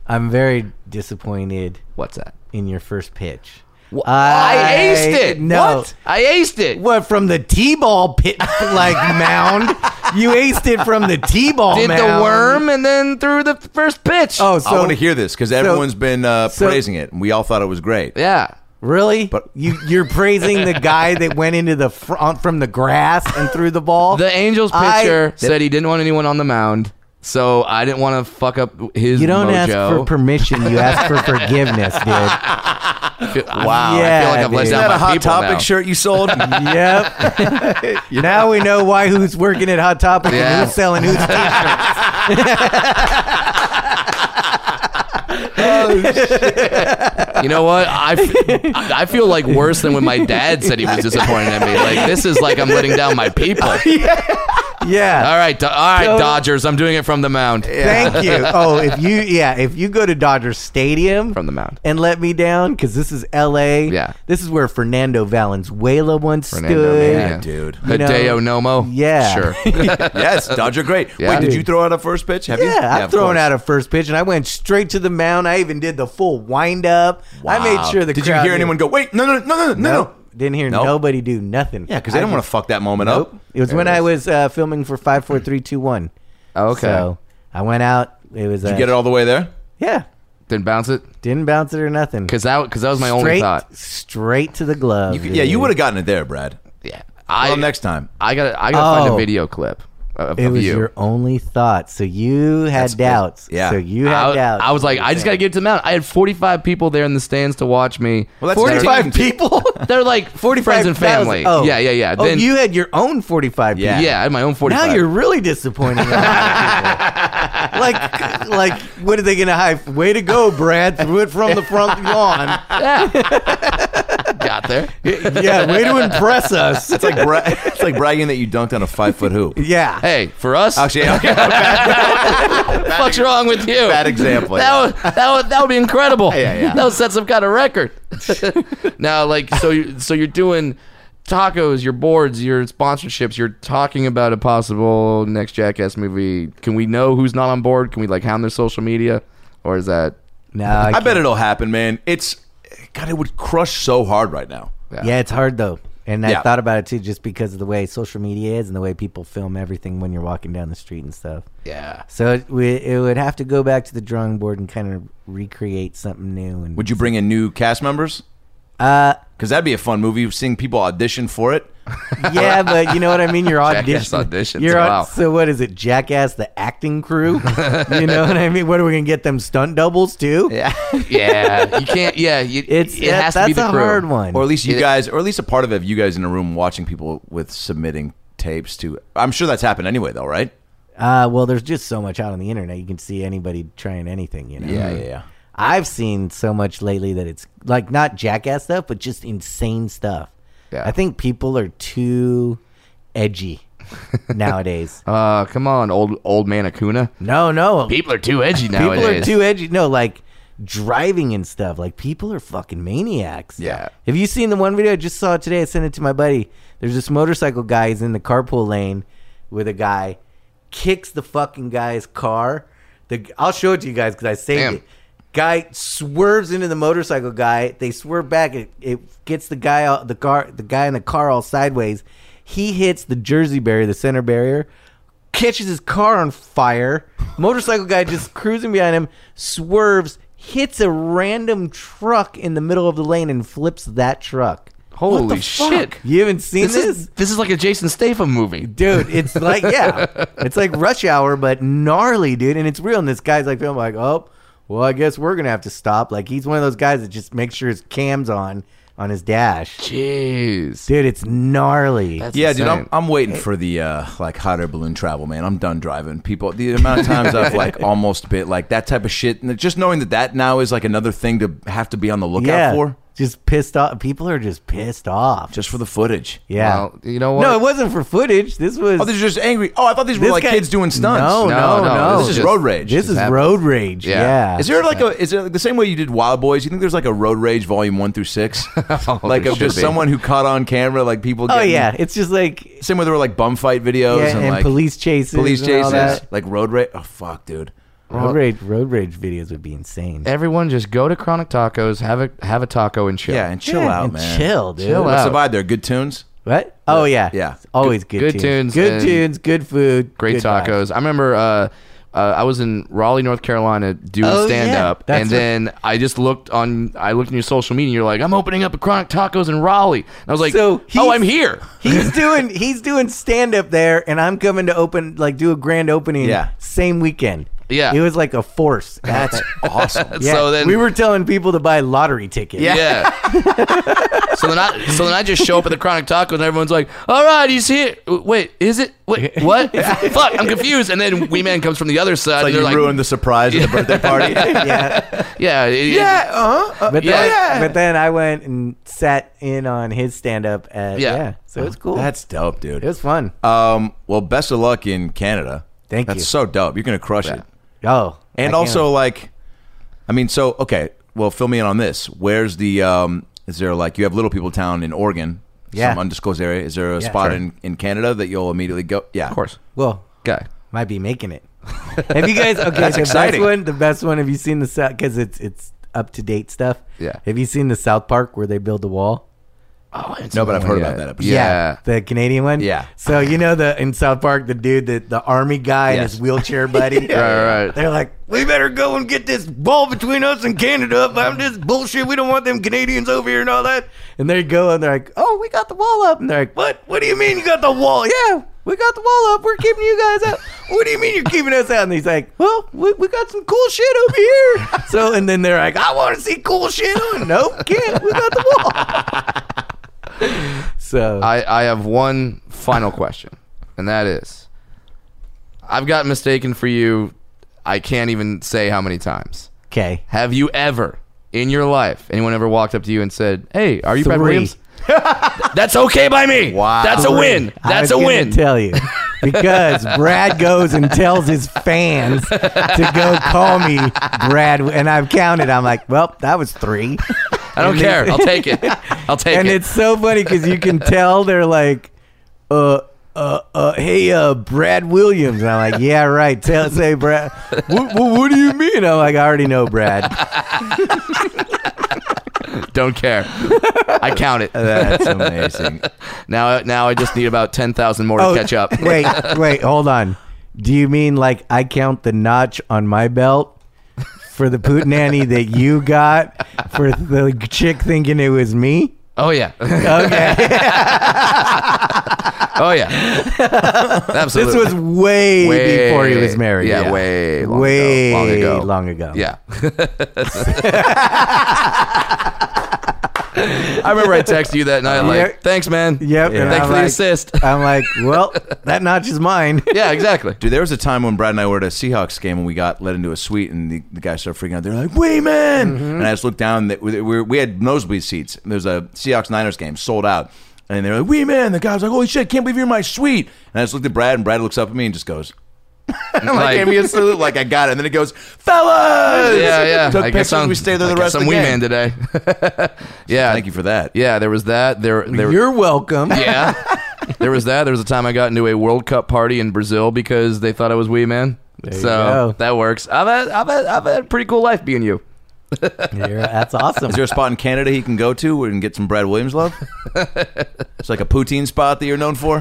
I'm very disappointed What's that? in your first pitch. I, aced it. No, What? I aced it. What, from the t-ball pit like mound? You aced it from the t-ball Did mound. the worm and then threw the first pitch. Oh, so I want to hear this because everyone's been uh, so- praising it, and we all thought it was great. yeah. really? But- you you're praising the guy that went into the front from the grass and threw the ball? The Angels I- pitcher said he didn't want anyone on the mound, so I didn't want to fuck up his. you don't mojo. ask for permission, you ask for forgiveness, dude. wow. I feel like Yeah, I've let dude. down Isn't that my a hot people topic now. shirt you sold? Yep. Now we know why who's working at Hot Topic Yeah. and who's selling who's t-shirts. You know what? I, f- I feel like worse than when my dad said he was disappointed in me. Like this is like I'm letting down my people. All Yeah. right, Do- all right, Totally. Dodgers. I'm doing it from the mound. Thank you. Oh, if you yeah, if you go to Dodger Stadium From the mound. and let me down because this is L.A. Yeah. this is where Fernando Valenzuela once Fernando, stood. yeah. dude. You know- Hideo Nomo. Yeah. Sure. yes, Dodger great. Yeah. Wait, did you throw out a first pitch? Have you? Yeah, I'm of throwing course. out a first pitch, and I went straight to the mound. I even did the full wind up. I made Wow. sure the Did you crowd hear knew- anyone go? Wait, no, no, no, no, no, no. Nope. Didn't hear Nope. nobody do nothing. Yeah, because they don't want to to. fuck that moment Nope. up. It was when I was uh, filming for five, four, three, two, one. Okay. So I went out. It was. Did you get it all the way there? Yeah. Then bounce it, Didn't bounce it or nothing. cause that because that was my only straight, thought. straight to the glove. You could- yeah, you dude. would have gotten it there, Brad. Yeah. I well, next time. I gotta I gotta find a Oh. video clip. of, It of was you. your only thought. So you had doubts. Yeah. So you had I, doubts. I was like, I just got to get to the mountain. I had 45 people there in the stands to watch me. Well, that's 45 not- people? They're like 45 friends and family. 45,000. Oh. Yeah, yeah, yeah. Oh, Then, you had your own 45 people. yeah. I had my own 45. Now you're really disappointing. a lot of people. like, like, what are they going to hype? Way to go, Brad! Threw it from the front lawn. got there. Yeah, way to impress us. It's like bra- it's like bragging that you dunked on a five foot hoop. Yeah, Hey, for us, Actually, okay, what the fuck's wrong with you? bad example. That would, that would that would be incredible. Yeah, yeah. That would set some kind of record. now, like, so you so you're doing tacos, your boards, your sponsorships. You're talking about a possible next Jackass movie. Can we know who's not on board? Can we like hound their social media, or is that no, I, I can't. bet it'll happen, man. It's God, it would crush so hard right now. yeah, it's hard though. And I Yeah. thought about it too, just because of the way social media is and the way people film everything when you're walking down the street and stuff. yeah? So it, we, it would have to go back to the drawing board and kind of recreate something new. And Would you bring in new cast members? Uh, Because that'd be a fun movie. Seeing people audition for it. yeah, but you know what I mean. You're Jackass auditioning. auditions, You're au- wow. So what is it? Jackass the acting crew. you know what I mean? What are we gonna get them stunt doubles too? Yeah. Yeah, you can't. Yeah, you, It's it has to that's be the a crew. hard one. or at least you guys, or at least a part of it, of you guys in a room watching people with submitting tapes to. I'm sure that's happened anyway, though, right? uh, well, there's just so much out on the internet. You can see anybody trying anything. You know. yeah, yeah. I've seen so much lately that it's like not jackass stuff, but just insane stuff. Yeah. I think people are too edgy nowadays. Uh, come on, old old man Acuna. No, no. People are too edgy people nowadays. are too edgy. No, like driving and stuff. Like people are fucking maniacs. Yeah. Have you seen the one video I just saw today? I sent it to my buddy. There's this motorcycle guy. He's in the carpool lane with a guy, kicks the fucking guy's car. The I'll show it to you guys because I saved Damn. it. Guy swerves into the motorcycle guy. They swerve back. It, it gets the guy out the car. The guy in the car all sideways. He hits the Jersey barrier, the center barrier catches his car on fire. Motorcycle guy just cruising behind him, swerves, hits a random truck in the middle of the lane, and flips that truck. Holy What the shit. fuck? You haven't seen This this, is this is like a Jason Statham movie. dude? It's like yeah, it's like rush hour, but gnarly, dude. And it's real. And this guy's like feeling like, oh, well, I guess we're gonna have to stop. Like he's one of those guys that just makes sure his cams on on his dash. Jeez. Dude, it's gnarly. That's yeah, dude, I'm, insane. I'm waiting for the uh, like hot air balloon travel, man. I'm done driving. People, the amount of times I've like almost bit like that type of shit, and just knowing that that now is like another thing to have to be on the lookout yeah, for, just pissed off. People are just pissed off. just for the footage. yeah. Well, you know what? No, it wasn't for footage. This was Oh, these are just angry. Oh, I thought these were This like guy- kids doing stunts. No, No, no, no, no. this this is just- road rage. This is happens. road rage. Yeah. Yeah. Is there like a is there like the same way you did Wild Boys? You think there's like a Road Rage Volume One through Six, Oh, like there of just should be. someone who caught on camera, like people. oh getting- yeah, it's just like Same way there were like bum fight videos yeah, and, and, like police chases, police and all chases, that. like road rage. Oh fuck, dude. Road rage, road rage videos would be insane. Everyone just go to Chronic Tacos, have a have a taco and chill. Yeah, and chill Yeah, out, and man. Chill, dude. Chill out. Survive there. Good tunes. What? Oh yeah, Yeah. It's always good, good tunes tunes, good and- tunes, good food, Great good vibes. tacos. I remember uh, uh, I was in Raleigh, North Carolina doing Oh, yeah. stand up That's and right. then I just looked on I looked on your social media and you're like, I'm opening up a Chronic Tacos in Raleigh. And I was like, So Oh, he's- I'm here. He's doing he's doing stand up there, and I'm coming to open like do a grand opening. Yeah. same weekend. Yeah. it was like a force. That's awesome. Yeah, So then we were telling people to buy lottery tickets. Yeah. so then I so then I just show up at the Chronic Tacos and everyone's like, "All right, he's here." W- Wait, is it? Wait, what? Fuck, I'm confused. And then Wee Man comes from the other side. It's like and they're you like, ruined the surprise at the birthday party. yeah. "Yeah, it- it- yeah. Uh, uh, But Yeah. then, Yeah. but then I went and sat in on his stand up at Yeah. yeah. So it's cool. That's dope, dude. it was fun. Um. Well, best of luck in Canada. Thank That's you. so dope. You're gonna crush it. oh, I And can't- also, like, I mean, so okay. Well, fill me in on this. Where's the? um Is there like you have Little People Town in Oregon? Yeah. Some undisclosed area. Is there a Yeah. spot Sure. in in Canada that you'll immediately go? Yeah. of course, well, guy." might be making it. Have you guys? Okay, the exciting. best one. The best one. Have you seen the South? Because it's it's up to date stuff. Yeah. Have you seen the South Park where they build the wall? Oh, it's No, but I've heard about that episode. Yeah. The Canadian one. Yeah. So you know the in South Park the dude the the army guy and Yes. his wheelchair buddy. Right, right. They're like, we better go and get this ball between us and Canada about this bullshit. We don't want them Canadians over here and all that. And they go and they're like, oh, we got the wall up. And they're like, what? What do you mean you got the wall? Yeah, we got the wall up. We're keeping you guys out. What do you mean you're keeping us out? And he's like, well, we, we got some cool shit over here. So, and then they're like, I want to see cool shit. And nope, can't. We got the wall. So, I, I have one final question, and that is I've got mistaken for you, I can't even say how many times. okay. Have you ever in your life, anyone ever walked up to you and said, Hey, are you Brad Three. Williams? That's okay by me. Wow. That's a win. I That's was a gonna win. Tell you because Brad goes and tells his fans to go call me Brad, and I've counted. I'm like, well, that was three, I don't care. I'll take it. I'll take and it. it's so funny because you can tell they're like, uh. Uh, uh, hey, uh, Brad Williams. And I'm like, yeah, right. Tell, say, Brad. What, what, what do you mean? I'm like, I already know Brad. don't care. I count it. That's amazing. Now, now I just need about ten thousand more to catch up. Oh, wait, wait, hold on. Do you mean like I count the notch on my belt for the poot nanny that you got for the chick thinking it was me? Oh yeah. Okay, Oh yeah. Absolutely. this was way, Way- before he was married. yeah, way long ago, way long ago. long ago. Yeah. I remember I texted you that night, Yeah. like, thanks, man. Yep. and Thanks I'm for the like- assist. I'm like, well, that notch is mine. yeah, exactly. Dude, there was a time when Brad and I were at a Seahawks game and we got let into a suite and the, the guys started freaking out. They're like, "Wait, man!" Mm-hmm. And I just looked down. That we, we, we had nosebleed seats. And there was a Seahawks Niners game sold out, and they were like, "Wee man!" The guy was like, "Holy shit! Can't believe you're in my suite!" And I just looked at Brad, and Brad looks up at me and just goes, Like, "Like, gave me a salute, like I got it." And then it goes, "Fellas!" yeah, yeah. Took I guess pictures. I'm, we stayed there the I rest guess of I'm the wee game. man today. yeah. Thank you for that. Yeah, there was that. There, there. You're welcome. yeah. There was that. There was a time I got into a World Cup party in Brazil because they thought I was wee man. you so go. that works. I've had, I've had, I've had a pretty cool life being you. You're- that's awesome. Is there a spot in Canada he can go to where he can get some Brad Williams love? it's like a poutine spot that you're known for.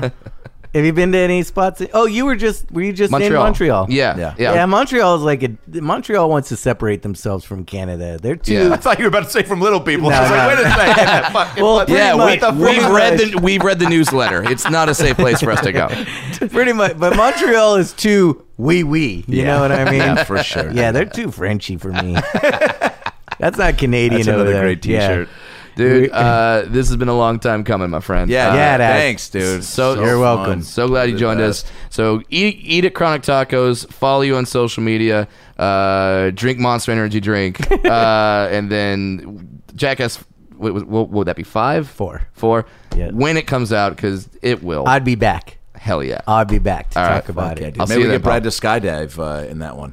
Have you been to any spots? Oh, you were just were you just Montreal. in Montreal? Yeah. Yeah. Yeah. Yeah, Montreal is like a Montreal wants to separate themselves from Canada. They're too Yeah. I thought you were about to say from little people. No, I was like, no. wait a second. that fucking- Well, what the- Yeah, Pretty we, much. Pretty we've read much. the we've read the newsletter. It's not a safe place for us to go. pretty much. But Montreal is too wee wee. You know what I mean? Yeah, for sure. Yeah, they're too Frenchy for me. That's not Canadian That's over another there. great Yeah. T-shirt. Dude, uh, this has been a long time coming, my friend. Yeah, Uh, Yeah, it has. thanks, dude. So- You're fun. welcome. So glad you The joined us. best. So eat eat at Chronic Tacos. Follow you on social media. Uh, drink Monster Energy drink, uh, and then Jackass. What, what, what would that be? Five, Four. four. Yeah. When it comes out, because it will. I'd be back. Hell yeah. I'd be back to All talk right. about Okay, it. dude. I'll see Maybe you we then, get Brad to skydive uh, in that one.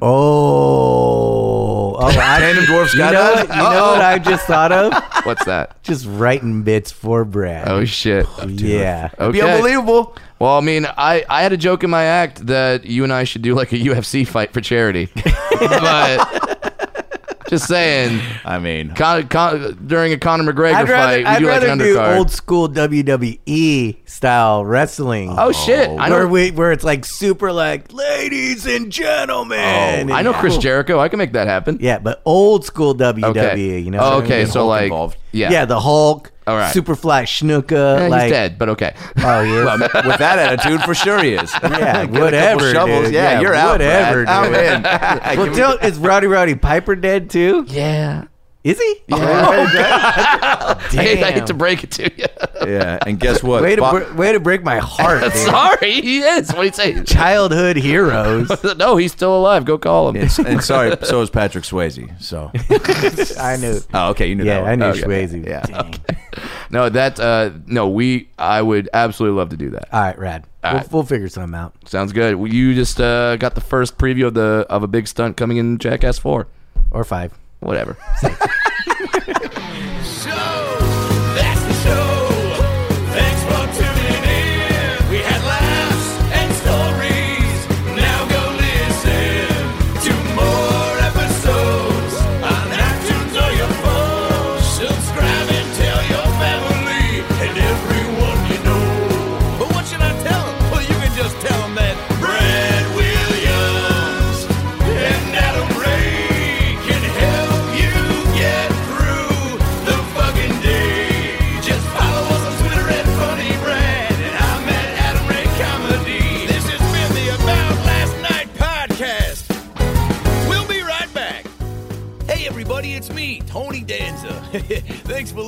Oh, oh I, Tandem dwarf you know, skydive. what- you know what I just thought of? What's that? Just writing bits for Brad. Oh shit. yeah. Okay. Be unbelievable. Well, I mean, I, I had a joke in my act that you and I should do like a UFC fight for charity. but just saying, I mean, Con, Con, during a Conor McGregor I'd fight, rather, we I'd do like rather an do undercard. old school WWE style wrestling. oh shit! I where know. we where it's like super like ladies and gentlemen. and- Oh, I know Chris Jericho. I can make that happen. Yeah, but old school WWE. Okay. You know. Oh, what I okay. mean? So Hulk like, involved. yeah. yeah. the Hulk. All right. Superfly Schnuka. Eh, he's like, dead, but okay. Oh yeah. with that attitude, for sure he is. Yeah, Get a couple whatever, Shovels. dude. Yeah, Yeah, you're out. whatever, Brad. dude. I'm in. well, tell, is Rowdy Rowdy Piper dead too? yeah. Is he? Oh, I hate, I Damn. hate to break it to you. yeah, and guess what? Way to Bo- br- way to break my heart. dude. Sorry, he is. What do you say? Childhood heroes. no, he's still alive. Go call him. It's- and sorry, so is Patrick Swayze. So, I knew. oh, okay, you knew Yeah, that. One. I knew Okay. Swayze. Yeah. Dang. No, that. Uh, no, we. I would absolutely love to do that. All right, Rad. we'll, right. we'll figure something out. Sounds good. Well, You just uh, got the first preview of the of a big stunt coming in Jackass Four. Or five. Whatever. That's the show. Thanks for tuning in. We had laughs and stories. Now go listen to more episodes on iTunes or your phone. Subscribe and tell your family and everyone you know. But what should I tell them? Well, you can just tell them that Brad Williams and Adam Ray can help you get through the fucking day. Tony Danza. Thanks for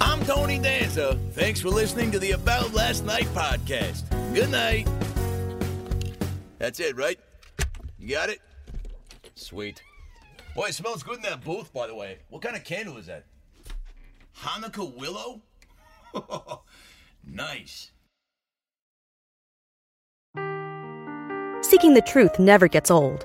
I'm Tony Danza. Thanks for listening to the About Last Night podcast. Good night. That's it, right? You got it? Sweet. Boy, it smells good in that booth, by the way. What kind of candle is that? Hanukkah willow? nice. Seeking the truth never gets old.